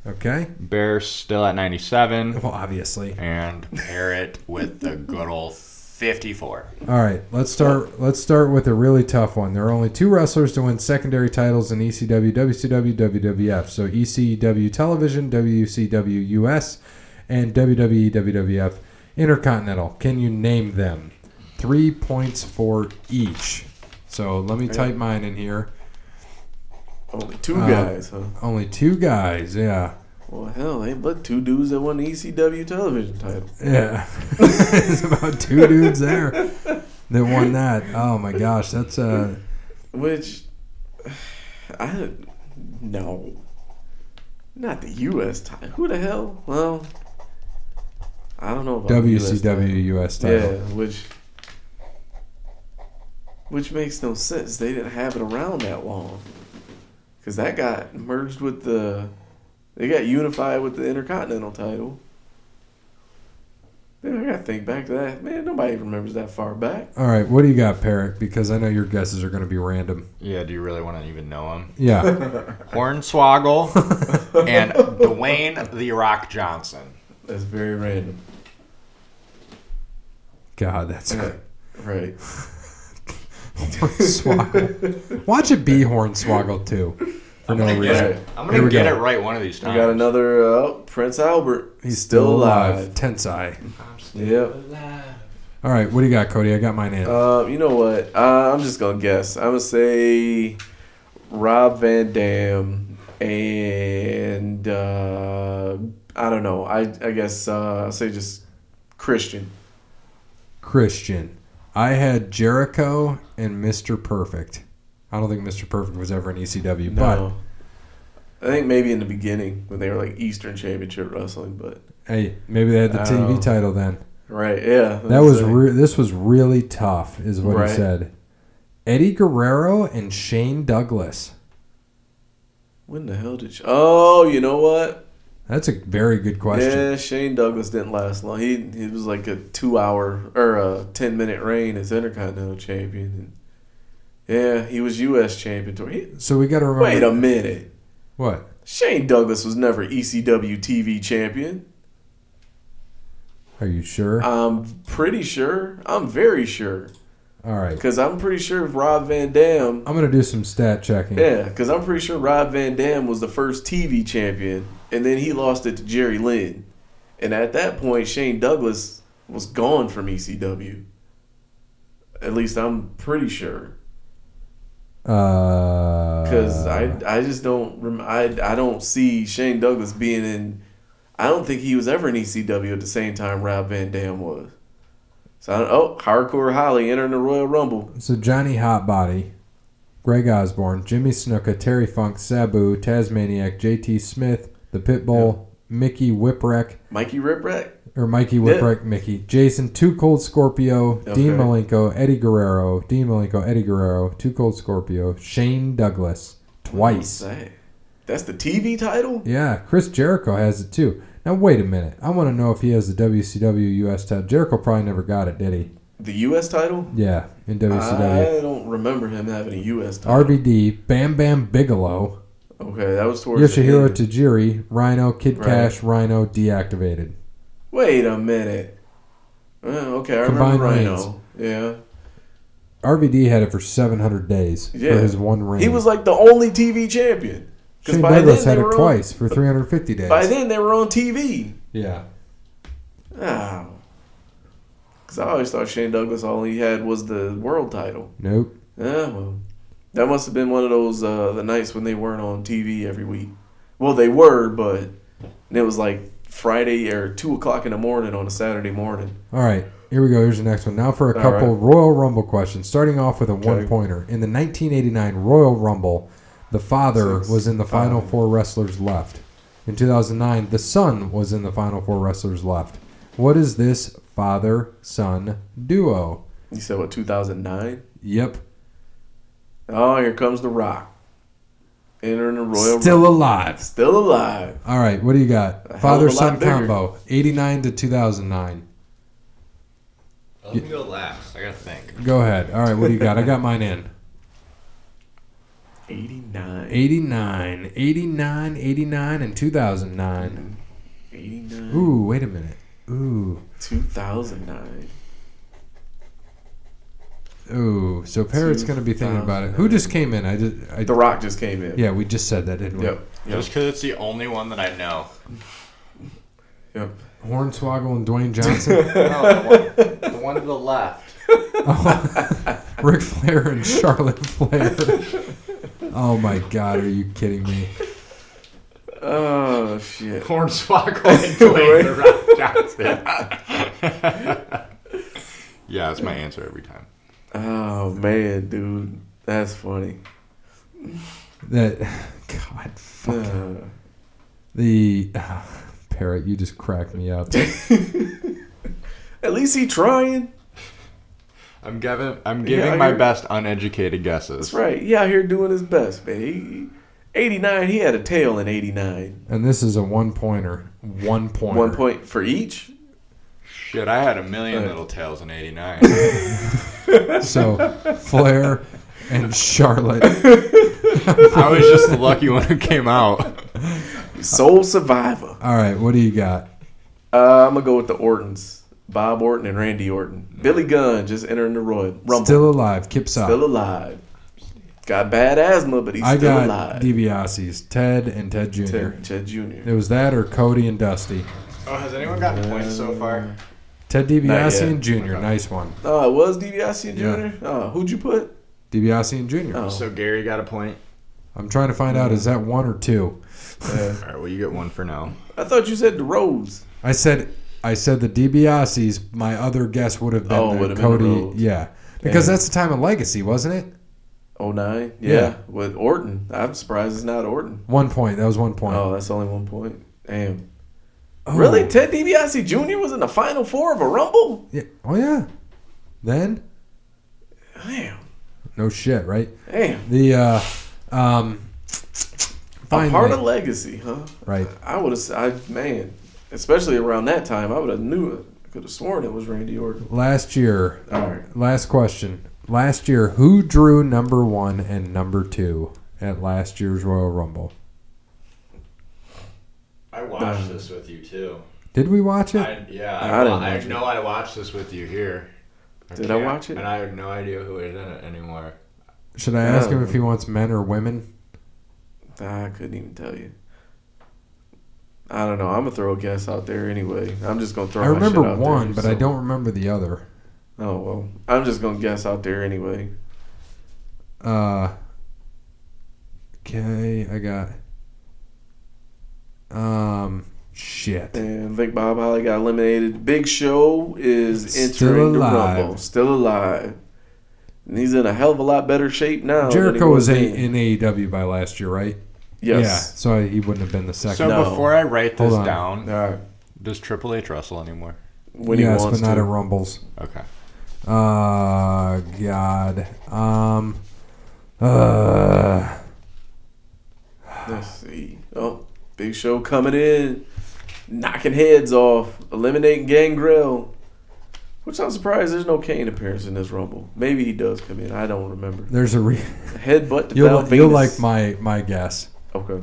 Okay. Bear still at 97. Well, obviously. And Parrot with the good old 54. All right, let's start. Let's start with a really tough one. There are only two wrestlers to win secondary titles in E ECW, WCW, WWF. So ECW Television, WCW US, and E, WWE WWF Intercontinental. Can you name them? Three points for each. So let me type mine in here. Only two Uh, guys, huh? Only two guys. Yeah. Well, hell, ain't but two dudes that won the ECW television title. Yeah. There's about two dudes there that won that. Oh my gosh, that's uh Which, I no, not the U.S. title. Who the hell? Well, I don't know about the US title. WCW US title. Yeah, which which makes no sense. They didn't have it around that long because that got merged with the. They got unified with the Intercontinental title. Man, I gotta think back to that. Man, nobody remembers that far back. All right, what do you got, Parrot? Because I know your guesses are going to be random. yeah, do you really want to even know him? Yeah. Hornswoggle And Dwayne The Rock Johnson. That's very random. God, that's great. Right. Hornswoggle. Watch it be Hornswoggle too, for no gonna get reason. it. I'm Here going we to get go. it right one of these We times. got another uh, Prince Albert. He's still alive. Tensai. I'm still Yep. alive. All right, what do you got, Cody? I got mine in. Uh, you know what? Uh, I'm just gonna guess. I'm gonna say Rob Van Dam and uh, I don't know. I I guess uh, I'll say just Christian. Christian. I had Jericho and Mr. Perfect. I don't think Mr. Perfect was ever in E ECW, No. I think maybe in the beginning when they were like Eastern Championship Wrestling, but but hey, maybe they had the TV Oh. title then. right, yeah, That was like- re- this was really tough, is what Right. he said. Eddie Guerrero and Shane Douglas. When the hell did? You, oh, you know what? That's a very good question. Yeah, Shane Douglas didn't last long. He he was like a two hour or a ten minute reign as Intercontinental Champion. And yeah, he was U.S. Champion. Tour. He, So we got to remember. wait a minute, What? Shane Douglas was never E ECW TV Champion. Are you sure? Uh, I'm pretty sure. I'm very sure All right. because I'm pretty sure Rob Van Dam. I'm gonna do some stat checking. Yeah, because I'm pretty sure Rob Van Dam was the first TV champion, and then he lost it to Jerry Lynn. And at that point, Shane Douglas was gone from ECW. At least I'm pretty sure, because Because I I just don't rem- I I don't see Shane Douglas being in. I don't think he was ever in ECW at the same time Rob Van Dam was. So I don't, oh, Hardcore Holly entering the Royal Rumble. so Johnny Hotbody, Greg Osborne, Jimmy Snuka, Terry Funk, Sabu, Tasmaniac, J.T. Smith, the Pitbull, Mickey Whipwreck, Mikey Ripwreck. or Mikey Whipwreck, Mickey, Jason, Two Cold Scorpio, Dean Malenko, Eddie Guerrero, Dean Malenko, Eddie Guerrero, Two Cold Scorpio, Shane Douglas, twice. Say. That's the TV title? Yeah, Chris Jericho has it too. Now wait a minute, I want to know if he has the WCW US title. Jericho probably never got it, did he? The US title? Yeah, in WCW. I don't remember him having a US title. RVD, Bam Bam Bigelow, okay, that was towards Yoshihiro the end. Tajiri, Rhino, Kid Right. Cash, Rhino deactivated. Wait a minute. Uh, okay, I Combined remember Rhino. reigns. Yeah. RVD had it for 700 days Yeah. for his one reign. He was like the only TV champion. 'Cause Shane by Douglas then had they it were on- twice for 350 days. By then, they were on TV. yeah. Oh. Because I always thought Shane Douglas, all he had was the world title. Nope. Yeah, well, that must have been one of those uh, the nights when they weren't on TV every week. Well, they were, but it was like Friday or two o'clock in the morning on a Saturday morning. All right. Here we go. Here's the next one. Now for a All couple right. Royal Rumble questions. Starting off with a one pointer. In the 1989 Royal Rumble, the father Six, was in the final five. four wrestlers left. In 2009, the son was in the final four wrestlers left. What is this father son duo? You said what 2009? Yep. Oh, here comes the Rock entering the Royal Still Rumble. alive. still alive. All right. What do you hell got? of Father a lot son bigger. combo, 89 to 2009. Let me go last. I gotta think. Go ahead. All right. What do you got? I got mine in. 89, 89, 89, 89, and 2009. 89, Ooh, wait a minute. Ooh. 2009. Ooh. So Parrot's going to be thinking about it. Who just came in? I just. I, The Rock just came in. yeah, we just said that, didn't we? Yep. Yep. Just because it's the only one that I know. Yep. Hornswoggle and Dwayne Johnson. No, the, one, the one to the left. oh, Ric Flair and Charlotte Flair. Oh my God, are you kidding me? Oh shit. Hornswoggle and Dwayne the Rock Johnson. yeah, that's my answer every time. Oh man, dude, that's funny. That. God, fuck. Uh, The. ah, Parrot, you just cracked me up. at least he trying. I'm giving I'm Yeah, giving I my hear- best uneducated guesses. That's right. He out here doing his best, man. He, he- 89, he had a tail in 89. And this is a one pointer. One pointer. One point for each. Shit, I had a million Right. little tails in '89. So Flair and Charlotte. I was just the lucky one who came out. Soul Survivor. All right, what do you got? Uh, I'm going to go with the Ortons. Bob Orton and Randy Orton. Billy Gunn just entering the Royal Rumble. Still, Still alive, Kipsop. alive. Got bad asthma, but he's I still got alive. DiBiase's Ted and Ted Jr. Ted, Ted Jr. It was that or Cody and Dusty. Oh, has anyone gotten points so far? Ted Not yet. DiBiase and Jr. Okay. Nice one. Oh, it was DiBiase Jr.? Yeah. Oh, who'd you put? DiBiase and Jr. Oh. So Gary got a point. I'm trying to find out is that one or two. Yeah. All right, well you get one for now. I thought you said the Rhodes. I said I said the DiBiase's. My other guess would have been Oh, the would have been the Cody. Rhodes. yeah, because Damn. that's the time of Legacy, wasn't it? 09? Oh, Yeah. Yeah. With Orton. I'm surprised it's not Orton. One point. That was one point. Oh, that's only one point. Damn. Oh. Really? Ted DiBiase Jr. was in the final four of a Rumble? Yeah. Oh yeah. Then Damn. no shit, right? Damn. The uh, um, finally, A part of Legacy, huh? right? I would have, I man, especially around that time, I would have knew it. I could have sworn it was Randy Orton. Last year, All right. last question. Last year, who drew number one and number two at last year's Royal Rumble? I watched this with you too. Did we watch it? I, yeah, I, I didn't wa- I watch it. know I watched this with you here. Did I can't- watch it? And I have no idea who is in it anymore. Should I ask him No. if he wants men or women? I couldn't even tell you. I don't know. I'm gonna throw a guess out there anyway. I'm just gonna throw. I my remember shit out there, one, but I so- don't remember the other. Oh well, I'm just gonna guess out there anyway. Uh, okay, I got. Um, shit. And I think Bob Holly got eliminated. Big Show is entering Still the alive. Rumble. Still alive. And he's in a hell of a lot better shape now. than he Jericho was a, then. in AEW by last year, right? Yeah. Yes. So he wouldn't have been the second. So No. before I write this Hold on. down, All right. Does Triple H wrestle anymore? when yes, he wants but not to. at Rumbles. Okay. Uh, God. Um, uh, Let's see. Oh, Big Show coming in, knocking heads off, eliminating Gangrel. Which I'm surprised there's no Kane appearance in this Rumble. Maybe he does come in. I don't remember. there's a re- Headbutt to you'll Val li- you'll like Venus. my my guess. Okay.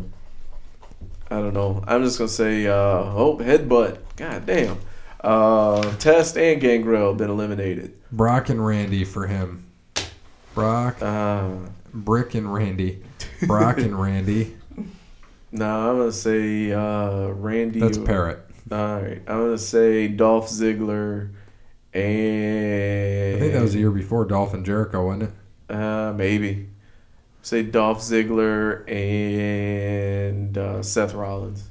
I don't know. I'm just gonna say uh oh headbutt. God damn. Uh Test and Gangrel been eliminated. Brock and Randy for him. Brock, Uh Brick and Randy. Brock and Randy. no, I'm gonna say uh Randy That's Parrot. Alright. I'm gonna say Dolph Ziggler and I think that was the year before Dolphin Jericho, wasn't it? uh maybe. Say Dolph Ziggler and uh, Seth Rollins.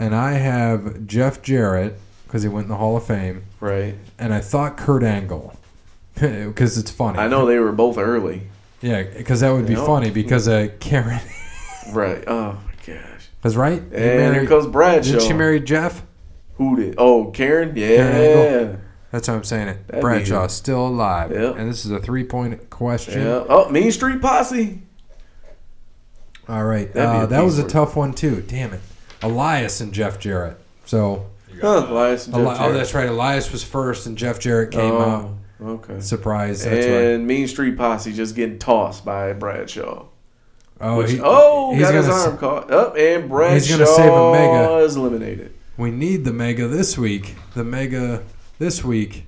And I have Jeff Jarrett because he went in the Hall of Fame, Right. and I thought Kurt Angle because it's funny. I know they were both early. Yeah, because that would be Yeah. funny because uh, Karen Right. Oh my gosh. was right. And here comes Bradshaw. Did she marry Jeff? Who did? Oh, Karen. Yeah. Angle. That's how I'm saying it. That'd be Bradshaw it. still alive, Yep. and this is a three point question. yeah. Oh, Mean Street Posse. All right, That'd be uh, a that was a piece tough one too. Damn it, Elias and Jeff Jarrett. So, You Huh. got that. Elias and Eli- Jeff oh, Jarrett. that's right. Elias was first, and Jeff Jarrett came Oh, out. Okay. Surprise! That's right. and Mean Street Posse just getting tossed by Bradshaw. Oh, Which- he- oh, he's got his gonna s- arm caught up, and Bradshaw He's gonna save a mega. is eliminated. We need the mega this week. The mega this week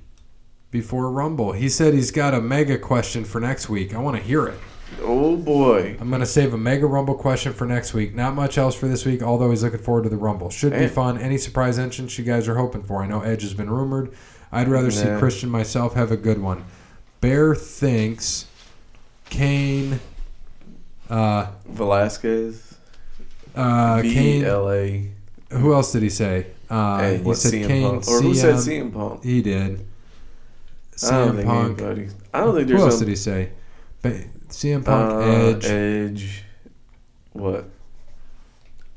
before Rumble. He said he's got a mega question for next week. I want to hear it. Oh boy, I'm going to save a mega Rumble question for next week. Not much else for this week, although he's looking forward to the Rumble. Should be Hey. fun. Any surprise entrance you guys are hoping for? I know Edge has been rumored. I'd rather see Nah. Christian myself have a good one. Bear thinks Kane. Uh, Velasquez, uh, V Kane. L A. Who else did he say? Uh, Hey, he what, said CM Kane. Punk? Or who said CM. CM Punk? He did. I don't CM think Punk. anybody. I don't think Who there's else some- did he say? Ba- CM Punk, Uh, Edge. Edge. What?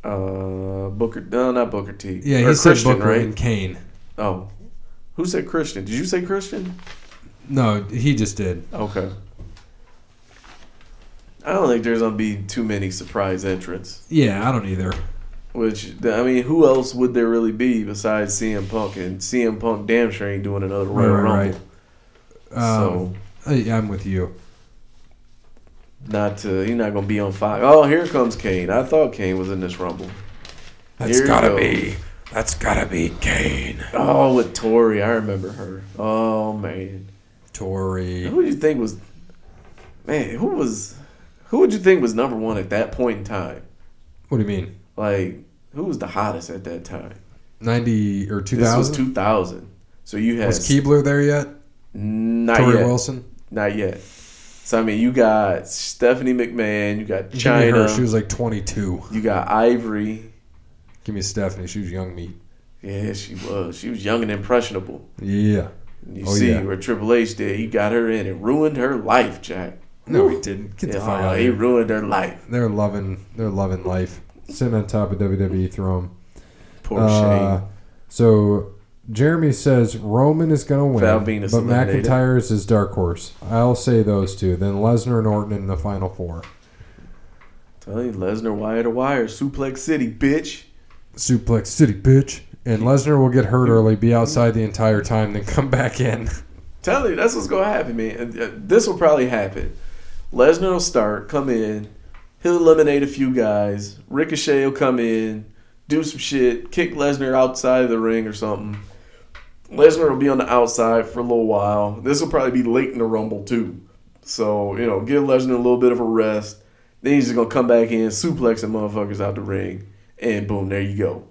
Uh, Booker. No, not Booker T. Yeah, he Or said Christian, Booker right? and Kane. Oh, who said Christian? Did you say Christian? No, he just did. Okay. I don't think there's gonna be too many surprise entrants. Yeah, I don't either. Which I mean, who else would there really be besides CM Punk? And CM Punk damn sure ain't doing another Right, Royal right, Rumble. right. Um, So I- I'm with you. not to you're not gonna be on Fox. Oh, here comes Kane. I thought Kane was in this Rumble. That's Here you gotta go. be. That's gotta be Kane. Oh, with Tori, I remember her. Oh man. Tori. Who do you think was, man? Who was, who would you think was number one at that point in time? What do you mean? Like, who was the hottest at that time? 90 or This was 2000? 2000. So you had Was Keebler there yet? not Tori yet, Wilson? not yet. So I mean, you got Stephanie McMahon, you got Give me her. China, She was like 22. you got Ivory. Give me Stephanie. She was young meat. Yeah, she was. She was young and impressionable. Yeah. And you Oh, see yeah. where Triple H did. He got her in and ruined her life, Jack. No, he didn't. Get the fuck Yeah, out of he here. ruined her life. They're loving they're loving life. Sitting on top of WWE throne. Poor Uh, Shane. so Jeremy says Roman is going to win, Val Venus but eliminated. McIntyre is his dark horse. I'll say those two. Then Lesnar and Orton in the final four. Telling you, Lesnar wire to wire, Suplex City, bitch. Suplex City, bitch. And Lesnar will get hurt early, be outside the entire time, then come back in. Tell you, that's what's gonna happen, man. And, uh, This will probably happen. Lesnar will start, come in, he'll eliminate a few guys. Ricochet will come in, do some shit, kick Lesnar outside of the ring or something. Lesnar will be on the outside for a little while. This will probably be late in the Rumble too, so you know, give Lesnar a little bit of a rest. Then he's just gonna come back in, suplex the motherfuckers out the ring, and boom, there you go.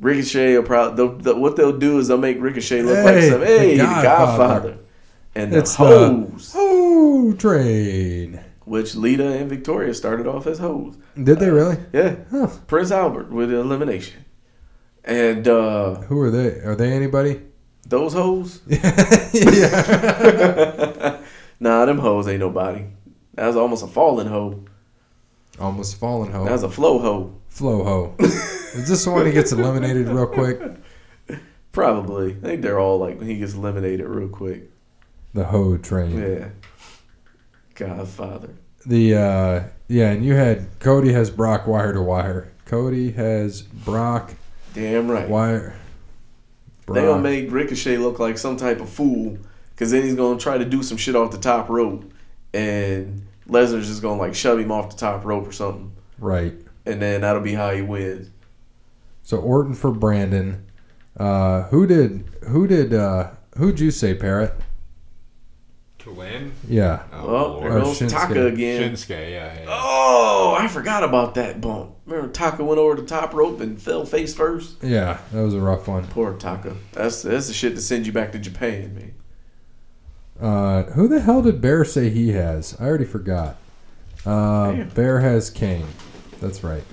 Ricochet will probably they'll, they'll- what they'll do is they'll make Ricochet look Hey, like some hey the the Godfather. Godfather, and the It's the hoes, Oh, train. which Lita and Victoria started off as hoes. Did they really? Yeah, Huh. Prince Albert with the elimination, and uh, Who are they? Are they anybody? those hoes. yeah. nah, them hoes ain't nobody. That was almost a fallen hoe. Almost fallen That ho. was a flow hoe. Flow ho. Is this the one who gets eliminated real quick? Probably. I think they're all like when he gets eliminated real quick. The Ho train. Yeah. Godfather. The uh, yeah, and you had Cody has Brock wire to wire. Cody has Brock Damn right. wire. They gonna make Ricochet look like some type of fool, cause then he's gonna try to do some shit off the top rope, and Lesnar's just gonna like shove him off the top rope or something, right. and then that'll be how he wins. So Orton for Brandon. Uh, who did who did uh, who'd you say Parrot? To win? Yeah, Oh, there Lord. goes Oh, Shinsuke. Taka again. Shinsuke, yeah, yeah. Oh, I forgot about that bump. Remember Taka went over the top rope and fell face first. yeah, that was a rough one. Poor Taka. That's that's the shit that sends you back to Japan, man. Uh, who the hell did Bear say he has? I already forgot. Uh, Damn. Bear has Kane. That's right.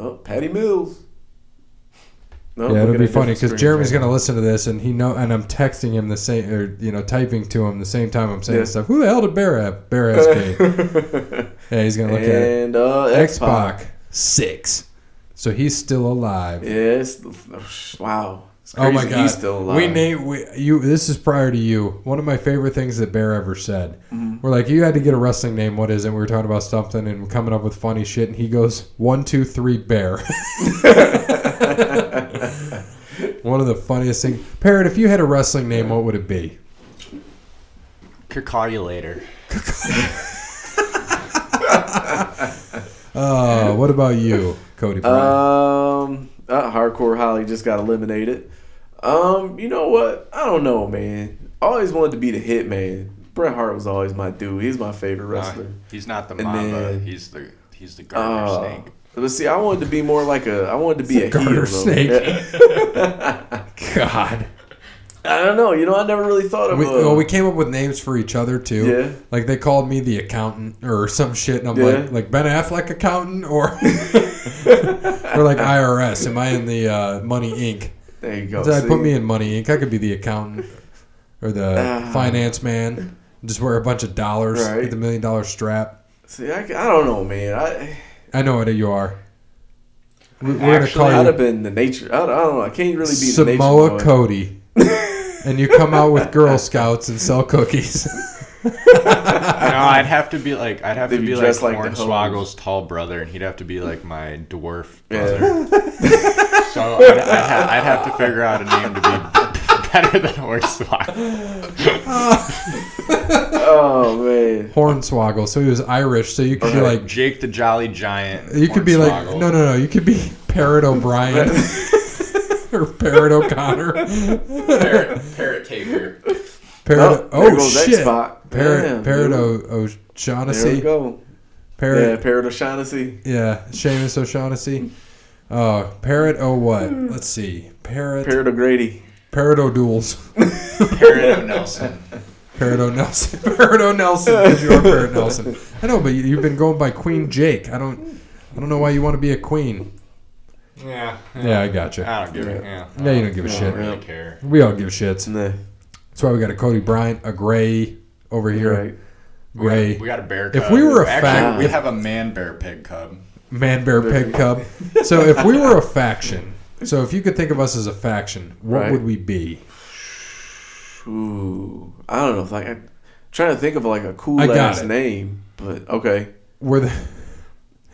Oh, Patty Mills. No, yeah, Oh, look it'll at be funny a different because screen. Jeremy's gonna listen to this, and he know, and I'm texting him the same, or you know, typing to him the same time I'm saying Yeah. stuff. Who the hell did Bear have? Bear has Kane. yeah, he's gonna look at it. and uh, X X-Pac. Pac six. So he's still alive. Yes. Wow. It's Oh my crazy god! He's still alive. We named we, you. This is prior to you. One of my favorite things that Bear ever said. Mm-hmm. We're like, you had to get a wrestling name. What is it? We were talking about something and coming up with funny shit, and he goes one, two, three, Bear. One of the funniest things, Parrot. If you had a wrestling name, what would it be? Could call you later. Uh, what about you, Cody? Bryant? Um, uh, Hardcore Holly just got eliminated. Um, you know what? I don't know, man. I always wanted to be the Hitman. Bret Hart was always my dude. He's my favorite wrestler. Nah, he's not the And mamba. then- he's the he's the garter Uh, snake. but see, I wanted to be more like a. I wanted to be a, It's a garter heel, though. snake. Yeah. God. I don't know. You know, I never really thought of. We, a, well, we came up with names for each other too. Yeah. Like they called me the accountant or some shit, and I'm Yeah. like, like Ben Affleck accountant or or like IRS. Am I in the uh, Money Inc? there you go. So I Oh, see? put me in Money Inc. I could be the accountant or the Ah. finance man. Just wear a bunch of dollars Right. with a million dollar strap. See, I, I don't know, man. I I know what you are. We- We're Actually, gonna I'd call you have been the nature. I don't, I don't know. I can't really be the Samoa nature. boy. Cody, and you come out with Girl Scouts and sell cookies. no, I'd have to be like I'd have They'd to be be like dressed like the Hornswoggle's tall brother, and he'd have to be like my dwarf Yeah. brother. so I'd, I'd, ha- I'd have to figure out a name to be better than Hornswoggle. Oh man. Hornswoggle. So he was Irish. So you could be like, Jake the Jolly Giant. you could be like, Hornswoggle. no, no, no. You could be Parrot O'Brien or Parrot O'Connor. Parrot, parrot taker. Parrot. Oh, there Oh, goes shit. X-Pac. Parrot. Damn, Parrot dude. O- There we O'Shaughnessy. go. Yeah, Parrot. Parrot O'Shaughnessy. Yeah. Seamus O'Shaughnessy. Uh, Parrot O what? Let's see. Parrot. Parrot O'Grady. Parrot O'Duels. Parrot of Nelson. Parrot O'Nelson. Parrot O'Nelson. 'cause you are Parrot Nelson. I know, but you- you've been going by Queen Jake. I don't. I don't know why you want to be a queen. Yeah. Yeah, I gotcha. I don't give a yeah. Yeah, you don't give a I shit. don't really care. We all give shits. Nah, That's why we got a Cody Bryant, a Gray over here, you're right. Gray We got a bear If cub. we were a Actually, fact- we have a man bear pig cub. man, bear, pig, cub. So if we were a faction, so if you could think of us as a faction, what Right. would we be? Ooh, I don't know. if Like, I'm trying to think of like a cool I got ass it. name, but okay, We're the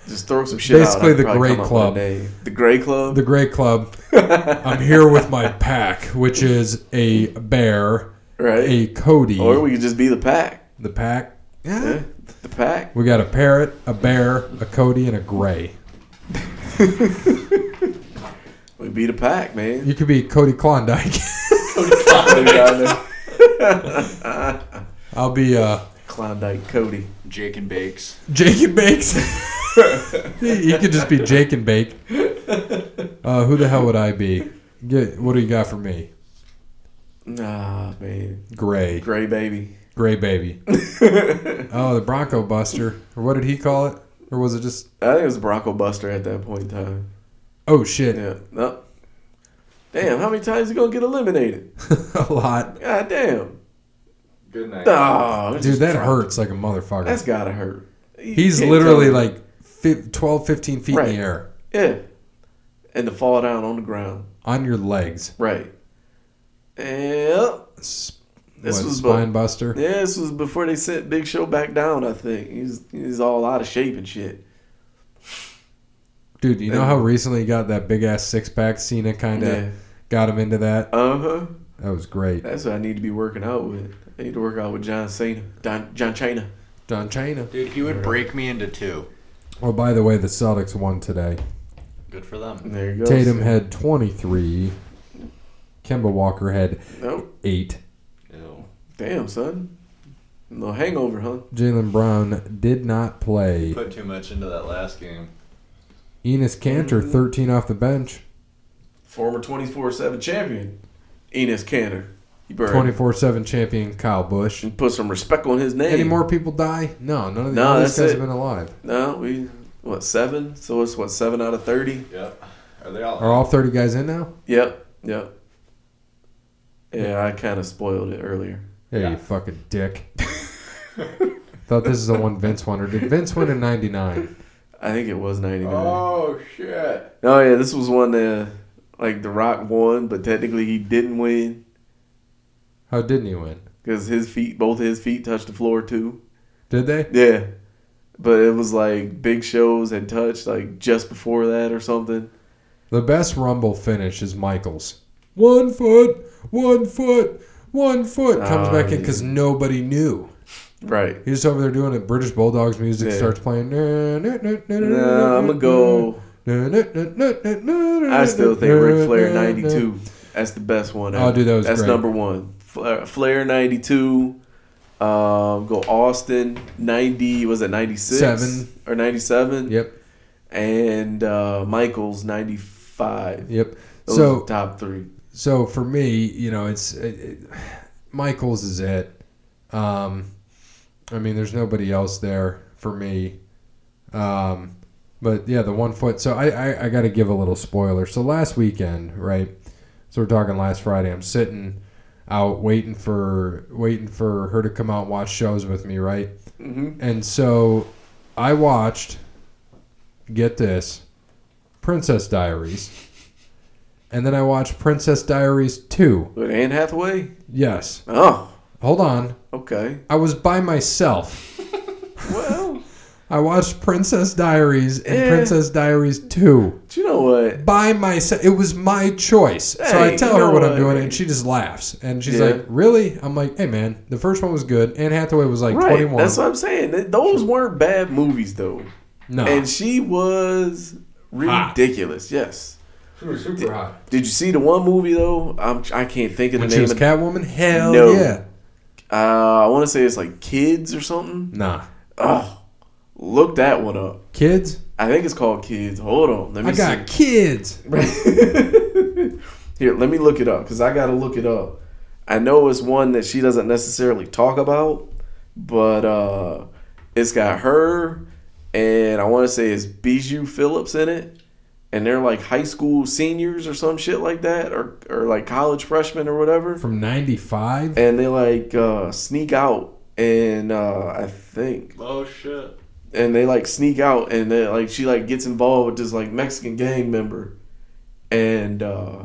just throw some shit. out, Basically I could the probably Grey come up with a Club. name. The Gray Club. the Gray Club. I'm here with my pack, which is a bear, right. a Cody, Or Oh, we could just be the pack. the pack. Yeah, Yeah. the pack. We got a parrot, a bear, a Cody, and a Gray. We be the pack, man. You could be Cody Klondike. I'll be uh, Klondike Cody. Jake and Bakes. Jake and Bakes. he could just be Jake and Bake. Uh, who the hell would I be? Get, what do you got for me? Nah, man. Gray. Gray baby. Gray baby. oh, the Bronco Buster. Or what did he call it? Or was it just. I think it was Bronco Buster at that point in time. Oh, shit. Yeah. No. Damn, how many times you gonna get eliminated? a lot. God damn. Good night. Oh, Dude, that hurts like a motherfucker. That's gotta hurt. You He's can't literally tell me. like fif- 12, 15 feet Right. in the air. Yeah. and to fall down on the ground. on your legs. Right. Yep. This This was bu- spine buster. Yeah, this was before they sent Big Show back down. I think he's he's all out of shape and shit. Dude, you know how recently he got that big ass six pack? Cena kind of Yeah. got him into that. Uh huh. That was great. That's what I need to be working out with. I need to work out with John Cena, Don, John China. Don China. Dude, he would break me into two. Oh, by the way, the Celtics won today. Good for them. There you go. Tatum had 23. Kemba Walker had Nope. eight. Ew. Damn, son. No hangover, huh? Jalen Brown did not play. Put too much into that last game. Enos Cantor, Mm. 13 off the bench, Former twenty four seven champion, Enos Cantor. You better 24 7 champion Kyle Bush. put some respect on his name. Any more people die? No, none of the, No, all these that's guys it. have been alive. No, we what seven? So it's what seven out of thirty. Yep. Are they all? Are all 30 guys in now? Yep. Yep. Yeah, I kind of spoiled it earlier. Hey, you fucking dick. Thought this is the one Vince won, or did Vince win in 99? I think it was 99. Oh, Oh shit! yeah, this was one that like The Rock won, but technically he didn't win How Oh, didn't he win? because his feet, both his feet, touched the floor too. Did they? Yeah, but it was like Big Show's had touched like just before that or something. The best Rumble finish is Michaels. One foot, one foot, one foot. Comes Oh, back in yeah. because nobody knew. Right. He's just over there doing it. British Bulldogs music Yeah. starts playing. Nah, I'm gonna go. I I still think Ric Flair '92. That's the best one. Oh, dude, that was That's great. number one. Flair- Flair '92. Um, go Austin '90. Was it '96? Seven. or '97? Yep, and uh, Michael's 95. yep. Those so are the top three. so for me, you know, it's it, it, Michaels is it. Um, I mean, there's nobody else there for me. Um, but yeah, the one foot. So I, I, I got to give a little spoiler. So last weekend, right? So we're talking last Friday. I'm sitting out waiting for waiting for her to come out and watch shows with me, right? Mm-hmm. And so I watched, get this, Princess Diaries. And then I watched Princess Diaries 2. With Anne Hathaway? Yes. Oh, Hold on. okay. I was by myself. Well, I watched Princess Diaries and Eh. Princess Diaries 2 but you know what? by myself. It was my choice. so I Hey, tell you her know what I'm what? doing, and she just laughs. And she's Yeah. like, Really? I'm like, Hey, man, the first one was good. Anne Hathaway was like Right. 21. That's what I'm saying. Th- Those weren't bad movies, though. no. And she was Hot. ridiculous. Yes. super hot. Did you see the one movie though? I'm I can't think of the When she name. was Of, Catwoman? Hell No. yeah. uh, I want to say it's like Kids or something. Nah. Oh, look that one up. Kids? I think it's called Kids. Hold on, let me I see. got kids. Here, let me look it up because I gotta look it up. I know it's one that she doesn't necessarily talk about, but uh, it's got her and I want to say it's Bijou Phillips in it, and they're like high school seniors or some shit like that, or or like college freshmen or whatever, From 95? and they like uh, sneak out and uh, I think Oh shit! and they like sneak out and they like she like gets involved with this like Mexican gang member. And uh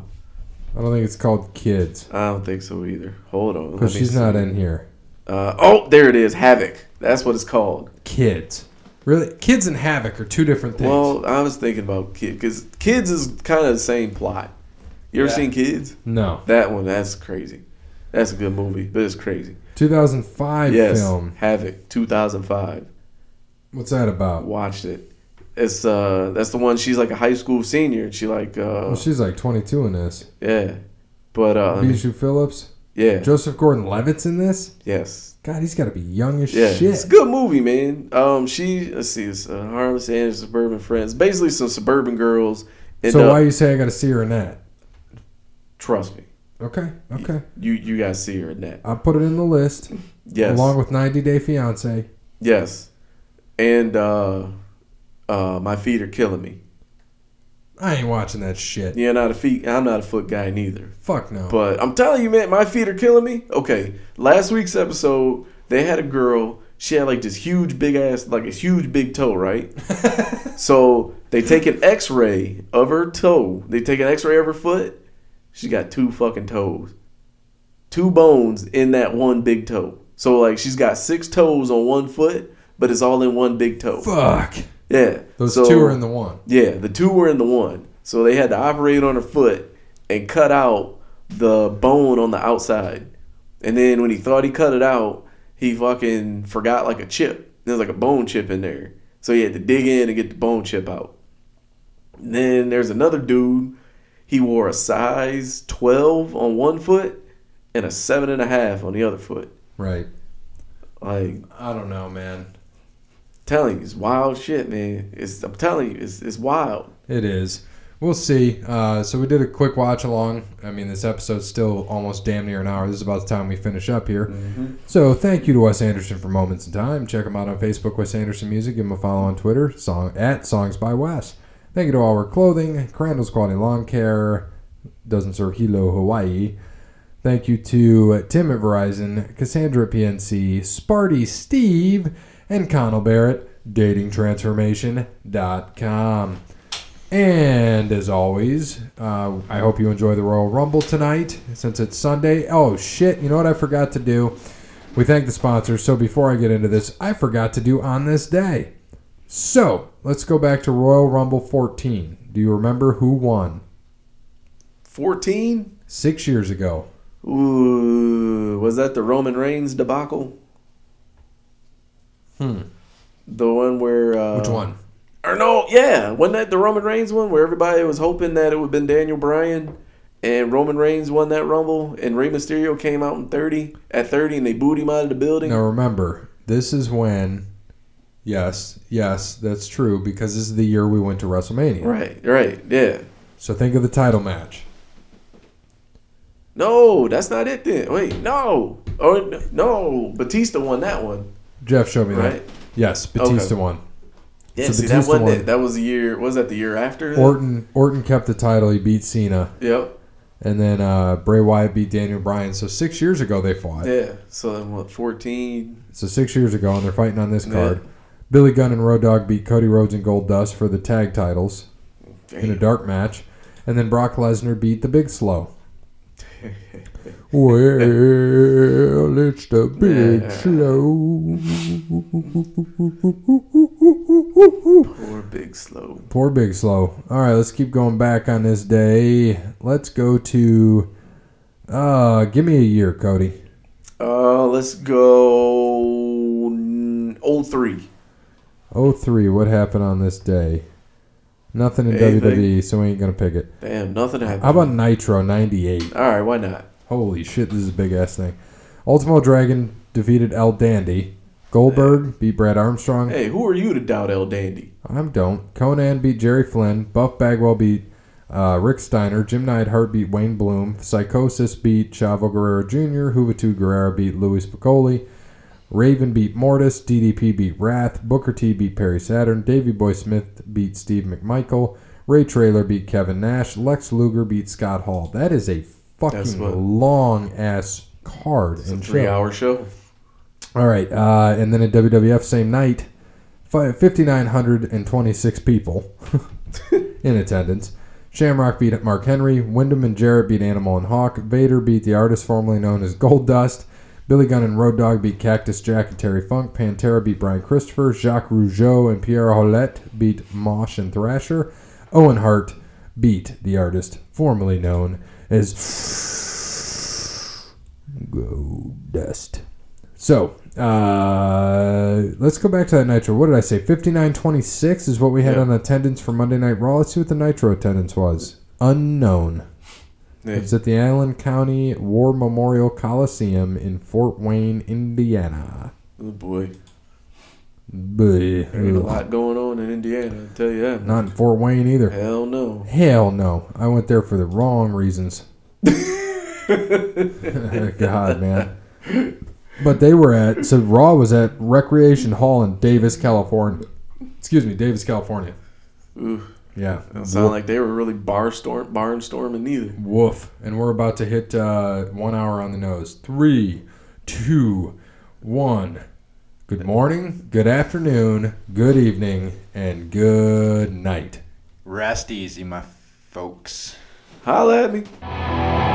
I don't think it's called kids. I don't think so either. Hold on. Because let me she's see. not in here. Uh, oh, there it is. Havoc. That's what it's called. Kids. Really? Kids and Havoc are two different things. Well, I was thinking about kid because kids is kind of the same plot. You ever Yeah. seen Kids? no. That one. That's crazy. That's a good movie, but it's crazy. 2005 yes, film. Havoc, 2005. What's that about? Watched it. It's uh, that's the one. She's like a high school senior. And she like uh, Well, she's like 22 in this. yeah, but uh, let me- Bijou Phillips. yeah, Joseph Gordon Levitt's in this? yes, God, he's got to be young as Yeah, it's shit. a good movie, man. Um, she let's see, it's uh, Harmless and Suburban Friends. Basically, some suburban girls. End So up, why you say I got to see her in that? Trust me, Okay, okay. you you gotta see her in that. I'll put it in the list Yes, along with 90 Day Fiance. yes, and uh, uh, my feet are killing me. I ain't watching that shit. Yeah, not a feet. I'm not a foot guy neither. Fuck no. But I'm telling you, man, my feet are killing me. Okay, last week's episode, they had a girl. she had like this huge big ass, like a huge big toe, right? so they take an X-ray of her toe. They take an X-ray of her foot. She got two fucking toes, two bones in that one big toe. So like she's got six toes on one foot, but it's all in one big toe. Fuck. Yeah, Those So- two are in the one. yeah, the two were in the one. So they had to operate on her foot and cut out the bone on the outside. And then when he thought he cut it out, he fucking forgot like a chip. There's like a bone chip in there. So he had to dig in and get the bone chip out. And then there's another dude. He wore a size 12 on one foot and a 7.5 on the other foot. Right. Like, I don't know, man. telling you, it's wild shit, man. It's, I'm telling you, it's, it's wild. It is. We'll see. Uh, so we did a quick watch along. I mean, this episode's still almost damn near an hour. This is about the time we finish up here. So thank you to Wes Anderson for Moments in Time. Check him out on Facebook, Wes Anderson Music. Give him a follow on Twitter, song at Songs by Wes. Thank you to All Our Clothing, Crandall's Quality Lawn Care, Doesn't Serve Hilo, Hawaii. Thank you to uh, Tim at Verizon, Cassandra at PNC, Sparty Steve, and Connell Barrett, datingtransformation.com. And as always, uh, I hope you enjoy the Royal Rumble tonight since it's Sunday. Oh, shit. You know what I forgot to do? We thank the sponsors. So before I get into this, I forgot to do on this day. So let's go back to Royal Rumble 14. Do you remember who won? 14? Six years ago. Ooh, was that the Roman Reigns debacle? Hmm. The one where uh, Which one? Or no, yeah, wasn't that the Roman Reigns one where everybody was hoping that it would have been Daniel Bryan and Roman Reigns won that Rumble and Rey Mysterio came out in thirty at thirty and they booed him out of the building. Now remember, this is when. Yes, yes, that's true because this is the year we went to WrestleMania. Right, right, yeah. So think of the title match. No, that's not it then. Wait, no, oh no, Batista won that one, Jeff showed me that. right? Yes, Batista won. Yeah, So see, that Batista wasn't won. it. That was the year. Was that the year after? that? Orton Orton kept the title. He beat Cena, Yep. and then uh, Bray Wyatt beat Daniel Bryan. So six years ago they fought. Yeah. So then what? Fourteen. So six years ago, and they're fighting on this Yeah. card. Billy Gunn and Road Dogg beat Cody Rhodes and Gold Dust for the tag titles in a Damn. dark match, and then Brock Lesnar beat the Big Slow. well, it's the Big Yeah. Slow. Poor Big Slow. Poor Big Slow. All right, let's keep going back on this day. Let's go to. Uh, give me a year, Cody. Uh, let's go. mm, 03. Oh three. what happened on this day? Nothing in Anything. WWE, so we ain't going to pick it. Damn, nothing happened. How about Nitro 98? All right, why not? Holy shit, this is a big ass thing. Ultimo Dragon defeated El Dandy. Goldberg beat Brad Armstrong. Hey, who are you to doubt El Dandy? I don't. Conan beat Jerry Flynn. Buff Bagwell beat uh, Rick Steiner. Jim Neidhart beat Wayne Bloom. Psychosis beat Chavo Guerrero Jr. Juventud Guerrero beat Luis Piccoli. Raven beat Mortis. DDP beat Wrath. Booker T beat Perry Saturn. Davey Boy Smith beat Steve McMichael. Ray Trailer beat Kevin Nash. Lex Luger beat Scott Hall. That is a That's what- fucking long ass card and Three show. hour show. All right, uh, and then at WWF same night, fi- 5,926 people in attendance. Shamrock beat Mark Henry. Wyndham and Jarrett beat Animal and Hawk. Vader beat the artist formerly known as Gold Dust. Billy Gunn and Road Dogg beat Cactus Jack and Terry Funk. Pantera beat Brian Christopher. Jacques Rougeau and Pierre Hollette beat Mosh and Thrasher. Owen Hart beat the artist formerly known as Gold Dust. So uh, let's go back to that Nitro. What did I say? Fifty nine twenty six is what we had Yeah. on attendance for Monday Night Raw. Let's see what the Nitro attendance was. Unknown. Yeah. It's at the Allen County War Memorial Coliseum in Fort Wayne, Indiana. Oh boy, Bleh. there ain't a lot going on in Indiana. I tell you that. Not in Fort Wayne either. Hell no. Hell no. I went there for the wrong reasons. God, man. But they were at, so Raw was at Recreation Hall in Davis, California. Excuse me, Davis, California. Ooh, Yeah. don't sound like they were really barstorm barnstorming neither. Woof. And we're about to hit uh, one hour on the nose. Three, two, one. Good morning, good afternoon, good evening, and good night. Rest easy, my folks. Holla at me. All